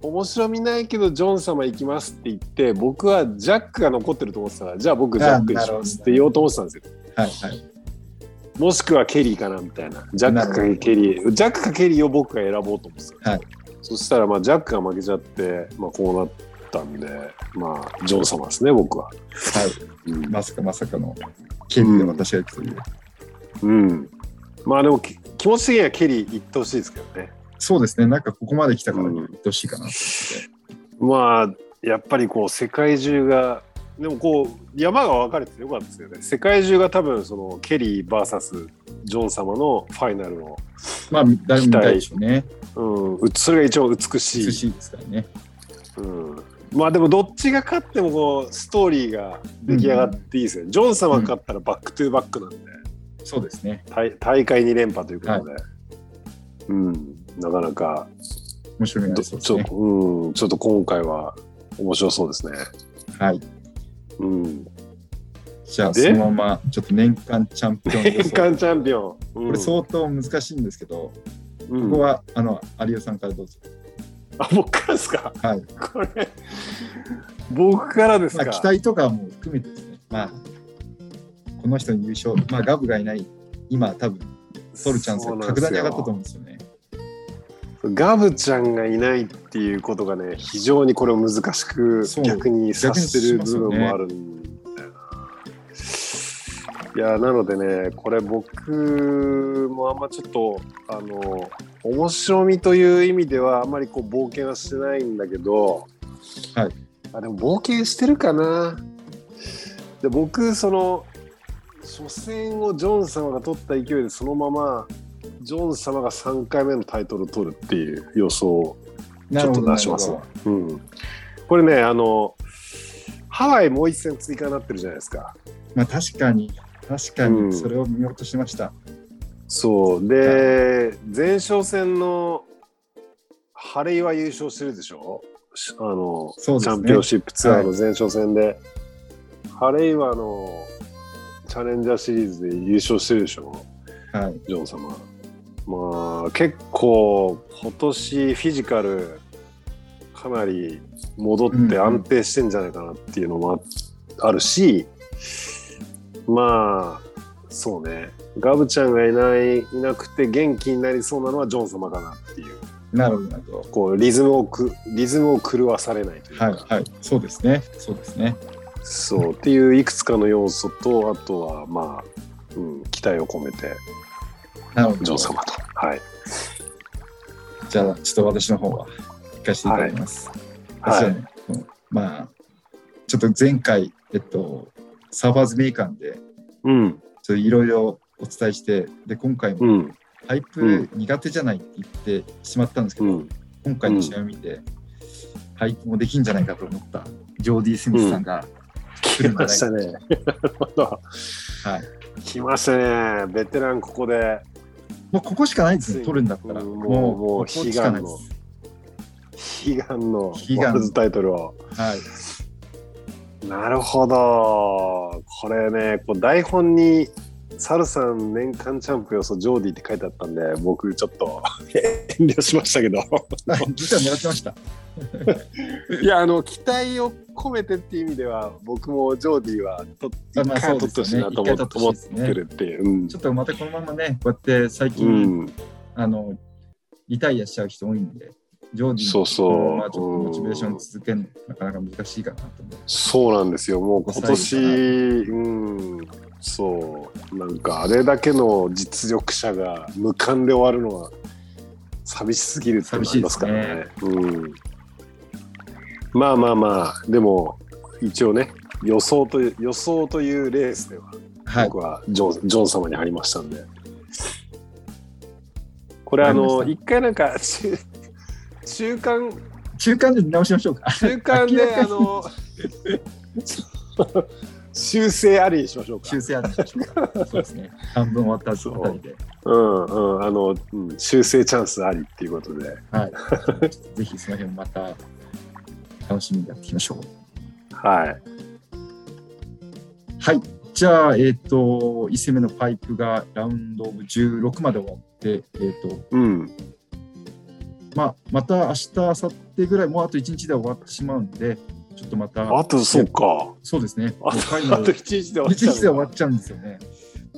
[SPEAKER 3] 面白みないけど、ジョン様行きますって言って、僕はジャックが残ってると思ってたから、じゃあ僕、ジャックにしますって言おうと思ってたんですよ。
[SPEAKER 2] はいはい。
[SPEAKER 3] もしくはケリーかなみたいな。ジャック
[SPEAKER 2] なるほ
[SPEAKER 3] か
[SPEAKER 2] ど
[SPEAKER 3] ケリー。ジャックかケリーを僕が選ぼうと思ってた。
[SPEAKER 2] はい。
[SPEAKER 3] そしたら、まあ、ジャックが負けちゃって、まあ、こうなったんで、まあ、ジョン様ですね、僕は。うん
[SPEAKER 2] まさかまさかのケリーで私が行くという。
[SPEAKER 3] うん。まあでもき気持ち的にはケリー行ってほしいですけどね。
[SPEAKER 2] そうですね、なんかここまで来たから
[SPEAKER 3] うん
[SPEAKER 2] 行ってほしいかなと思って。
[SPEAKER 3] まあやっぱりこう世界中がでもこう山が分かれててよかったですよね。世界中が多分そのケリー VS ジョン様のファイナルを、
[SPEAKER 2] まあ、誰も見たいでしょうね。
[SPEAKER 3] うん、うそれが一番美しい。
[SPEAKER 2] 美しいですからね。
[SPEAKER 3] うん、まあでもどっちが勝ってもこうストーリーが出来上がっていいですよね。ジョン様が勝ったらバックトゥーバックなんで、
[SPEAKER 2] そうですね。
[SPEAKER 3] 大大会2連覇ということで、うん、なかなか
[SPEAKER 2] 面白みがあ
[SPEAKER 3] ど
[SPEAKER 2] り
[SPEAKER 3] ち
[SPEAKER 2] そう
[SPEAKER 3] ょ
[SPEAKER 2] ですね。
[SPEAKER 3] っと、うん、ちょっと今回は面白そうですね。
[SPEAKER 2] はい。
[SPEAKER 3] うん。
[SPEAKER 2] じゃあ、そ
[SPEAKER 3] で
[SPEAKER 2] のまま、ちょっと年間チャンピオン予
[SPEAKER 3] 年
[SPEAKER 2] 想。
[SPEAKER 3] 間チャンピオン。
[SPEAKER 2] これ相当難しいんですけど、
[SPEAKER 3] うん、
[SPEAKER 2] ここはあの有吉さんからどうぞ。
[SPEAKER 3] あ、僕からですか。
[SPEAKER 2] はい。
[SPEAKER 3] これ。僕からです
[SPEAKER 2] まあ
[SPEAKER 3] か。
[SPEAKER 2] 期待とかも含めてですね。まあこの人の優勝、まあガブがいない今多分取るチャンス
[SPEAKER 3] そ
[SPEAKER 2] が
[SPEAKER 3] うなん
[SPEAKER 2] 格
[SPEAKER 3] ですよ
[SPEAKER 2] 段に上がったと思うんですよね。
[SPEAKER 3] ガブちゃんがいないっていうことがね、非常にこれを難しく
[SPEAKER 2] そう
[SPEAKER 3] 逆にさせてる
[SPEAKER 2] 逆に進みます
[SPEAKER 3] 部
[SPEAKER 2] よね
[SPEAKER 3] 分もあるんだよな。いや、なのでね、これ僕もあんまちょっと、あの、面白みという意味ではあんまりこう冒険はしてないんだけど、
[SPEAKER 2] はい
[SPEAKER 3] あでも冒険してるかな。で僕、その、初戦をジョン様が取った勢いでそのままジョン様が3回目のタイトルを取るっていう予想を、
[SPEAKER 2] なるほど
[SPEAKER 3] ちょっと出します
[SPEAKER 2] なるほ
[SPEAKER 3] うん、これねあのハワイもう一戦追加になってるじゃないですか
[SPEAKER 2] どまあ確かに確か
[SPEAKER 3] うん
[SPEAKER 2] にそれを見落としました。
[SPEAKER 3] そうで前哨戦のハレイは優勝してるでしょしあの、
[SPEAKER 2] そうです
[SPEAKER 3] チ
[SPEAKER 2] ね
[SPEAKER 3] ャンピオンシップツアーの前哨戦で、ハレイはあのチャレンジャーシリーズで優勝してるでしょ
[SPEAKER 2] はい。
[SPEAKER 3] ジョン様。まあ結構今年フィジカルかなり戻っ
[SPEAKER 2] うんう
[SPEAKER 3] て
[SPEAKER 2] ん
[SPEAKER 3] 安定してんじゃないかなっていうのもああるし、まあそうねガブちゃんがいないいなくて元気になりそうなのはジョン様かなっていう
[SPEAKER 2] なるほどなるほど。
[SPEAKER 3] こうリズムをくリズムを狂わされないというか、
[SPEAKER 2] はいはい。そうですね。そうですね。
[SPEAKER 3] そうっていういくつかの要素とあとはまあ、うん、期待を込めて
[SPEAKER 2] なるほ
[SPEAKER 3] ジョ
[SPEAKER 2] ど。
[SPEAKER 3] ン様と。はい
[SPEAKER 2] じゃあちょっと私の方は行かせていただきます。
[SPEAKER 3] は
[SPEAKER 2] はいい、まあちょっと前回、えっと、サーバーズメーカーで
[SPEAKER 3] うん
[SPEAKER 2] ちょっといろいろお伝えしてで今回
[SPEAKER 3] う
[SPEAKER 2] も
[SPEAKER 3] ん
[SPEAKER 2] タイプ苦手じゃないって言ってしまったんですけ
[SPEAKER 3] う
[SPEAKER 2] ど、
[SPEAKER 3] ん
[SPEAKER 2] 今回の試合を見て、配布もできんじゃないかと思ったジョーディ・スミスさんが来るん
[SPEAKER 3] 来
[SPEAKER 2] じゃ
[SPEAKER 3] ま
[SPEAKER 2] ない
[SPEAKER 3] し
[SPEAKER 2] か
[SPEAKER 3] た、ね。 なるほど。
[SPEAKER 2] はい、
[SPEAKER 3] 来ましたね。ベテランここで
[SPEAKER 2] もうここしかないですね取るんだったら、
[SPEAKER 3] うんもう
[SPEAKER 2] もう
[SPEAKER 3] もう
[SPEAKER 2] ここしかないです、
[SPEAKER 3] 悲願のワ
[SPEAKER 2] 悲願
[SPEAKER 3] ールズタイトルを。
[SPEAKER 2] はい、
[SPEAKER 3] なるほど。これね、こう台本にサルさん年間チャンプ予想ジョーディって書いてあったんで僕ちょっと 遠慮しましたけど
[SPEAKER 2] 実 は狙ってました。
[SPEAKER 3] いやあの期待を込めてっていう意味では僕もジョーディはと
[SPEAKER 2] あ
[SPEAKER 3] 一
[SPEAKER 2] まあ
[SPEAKER 3] 回取ってほしいなと思,、
[SPEAKER 2] そうですよね一回取っ
[SPEAKER 3] 思っ
[SPEAKER 2] てほしいですね
[SPEAKER 3] てるっていう、うん
[SPEAKER 2] ちょっとまたこのままね、こうやって最近、
[SPEAKER 3] うん、
[SPEAKER 2] あのリタイアしちゃう人多いんで、ジョーディー
[SPEAKER 3] そうそう
[SPEAKER 2] まあ、ちょっとモチベーション続けるのなかなか難しいかなと思う。
[SPEAKER 3] そうなんですよもう
[SPEAKER 2] ここ
[SPEAKER 3] 今
[SPEAKER 2] 最
[SPEAKER 3] 年
[SPEAKER 2] 後か
[SPEAKER 3] うんそうなんかあれだけの実力者が無冠で終わるのは寂しすぎるってなりますからねうん、まあまあまあでも一応ね予想という予想というレースでは
[SPEAKER 2] はい
[SPEAKER 3] 僕、はジョンジョン様に貼りましたんで。これあの
[SPEAKER 2] わかりま
[SPEAKER 3] 一回なんか中中間
[SPEAKER 2] 中間で見直しましょうか。
[SPEAKER 3] 中間
[SPEAKER 2] 明ら
[SPEAKER 3] で
[SPEAKER 2] か
[SPEAKER 3] あ
[SPEAKER 2] に
[SPEAKER 3] の修正ありにしましょうか
[SPEAKER 2] 修。正あ るでしょうか。そうですね。半分終わったあたりで、
[SPEAKER 3] うんうんあの、うん修正チャンスありっていうことで。
[SPEAKER 2] はい。ぜひその辺もまた楽しみにやっていきましょう。
[SPEAKER 3] はい。
[SPEAKER 2] はい。じゃあ、えっ、と、1戦目のパイプがラウンドオブ16まで終わって、えっ、と、
[SPEAKER 3] うん
[SPEAKER 2] まあ、また明日、明後日ぐらい、もうあと1日で終わってしまうんで、ちょっとまた、
[SPEAKER 3] あとそうか。
[SPEAKER 2] そうですね。
[SPEAKER 3] あ
[SPEAKER 2] 5回
[SPEAKER 3] と
[SPEAKER 2] の
[SPEAKER 3] あと一日で終わっ
[SPEAKER 2] 一
[SPEAKER 3] ちゃう
[SPEAKER 2] 日で終わっ
[SPEAKER 3] のか
[SPEAKER 2] ちゃうんですよね。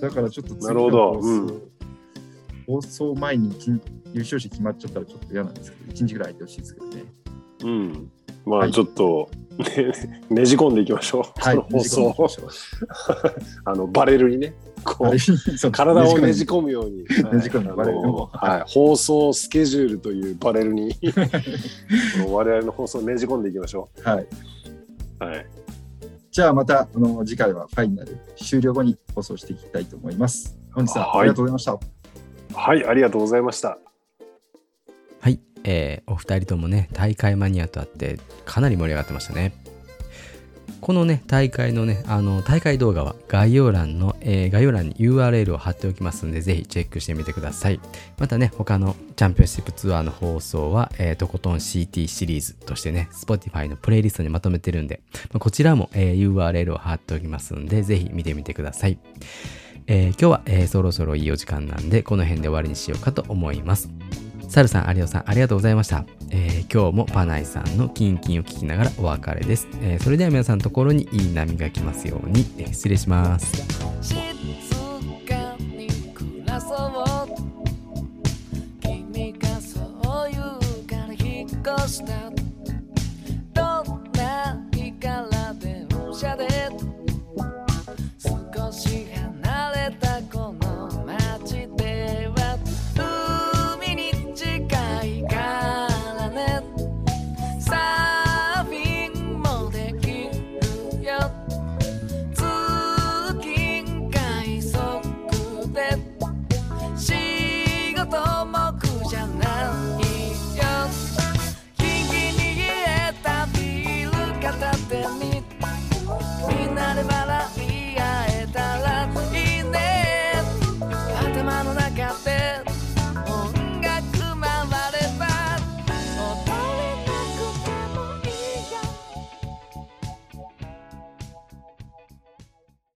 [SPEAKER 2] だからちょっと次
[SPEAKER 3] なるほど
[SPEAKER 2] 放送放送前に一日優勝者決まっちゃったらちょっと嫌なんですけど、1日ぐらい空いてほしいですけどね。
[SPEAKER 3] うん。まあ
[SPEAKER 2] はい
[SPEAKER 3] ちょっと、ね、ねじ込んでいきましょう。
[SPEAKER 2] はい、
[SPEAKER 3] この放送を。あのバレルにね。こ う体
[SPEAKER 2] 体
[SPEAKER 3] をねじ込むように、はい
[SPEAKER 2] ねじ込むバレル
[SPEAKER 3] あのはい、放送スケジュールというバレ ルにこの我々の放送をねじ込んでいきましょ
[SPEAKER 2] はい。
[SPEAKER 3] う。はい、
[SPEAKER 2] じゃあまた、あの、次回はファイナル終了後に放送していきたいと思います。本日は
[SPEAKER 3] はい
[SPEAKER 2] ありがとうございました。
[SPEAKER 3] はい、ありがとうございました。
[SPEAKER 1] はい、えーお二人ともね大会マニアとあってかなり盛り上がってましたねこのね大会のねあの大会動画は概要欄の、えー概要欄に URL を貼っておきますのでぜひチェックしてみてくださいまたね他のチャンピオンシップツアーの放送は、えーとことん CT シリーズとしてね Spotify のプレイリストにまとめてるんで、まあこちらも、えー URL を貼っておきますのでぜひ見てみてくださいえー今日は、えーそろそろいいお時間なんでこの辺で終わりにしようかと思いますサルさん、有オさん、ありがとうございました。えー今日もパナイさんのキンキンを聞きながらお別れです。えーそれでは皆さんのところにいい波が来ますように、えー失礼します。
[SPEAKER 4] 静かに暮らそう君がそう言うから引っ越したと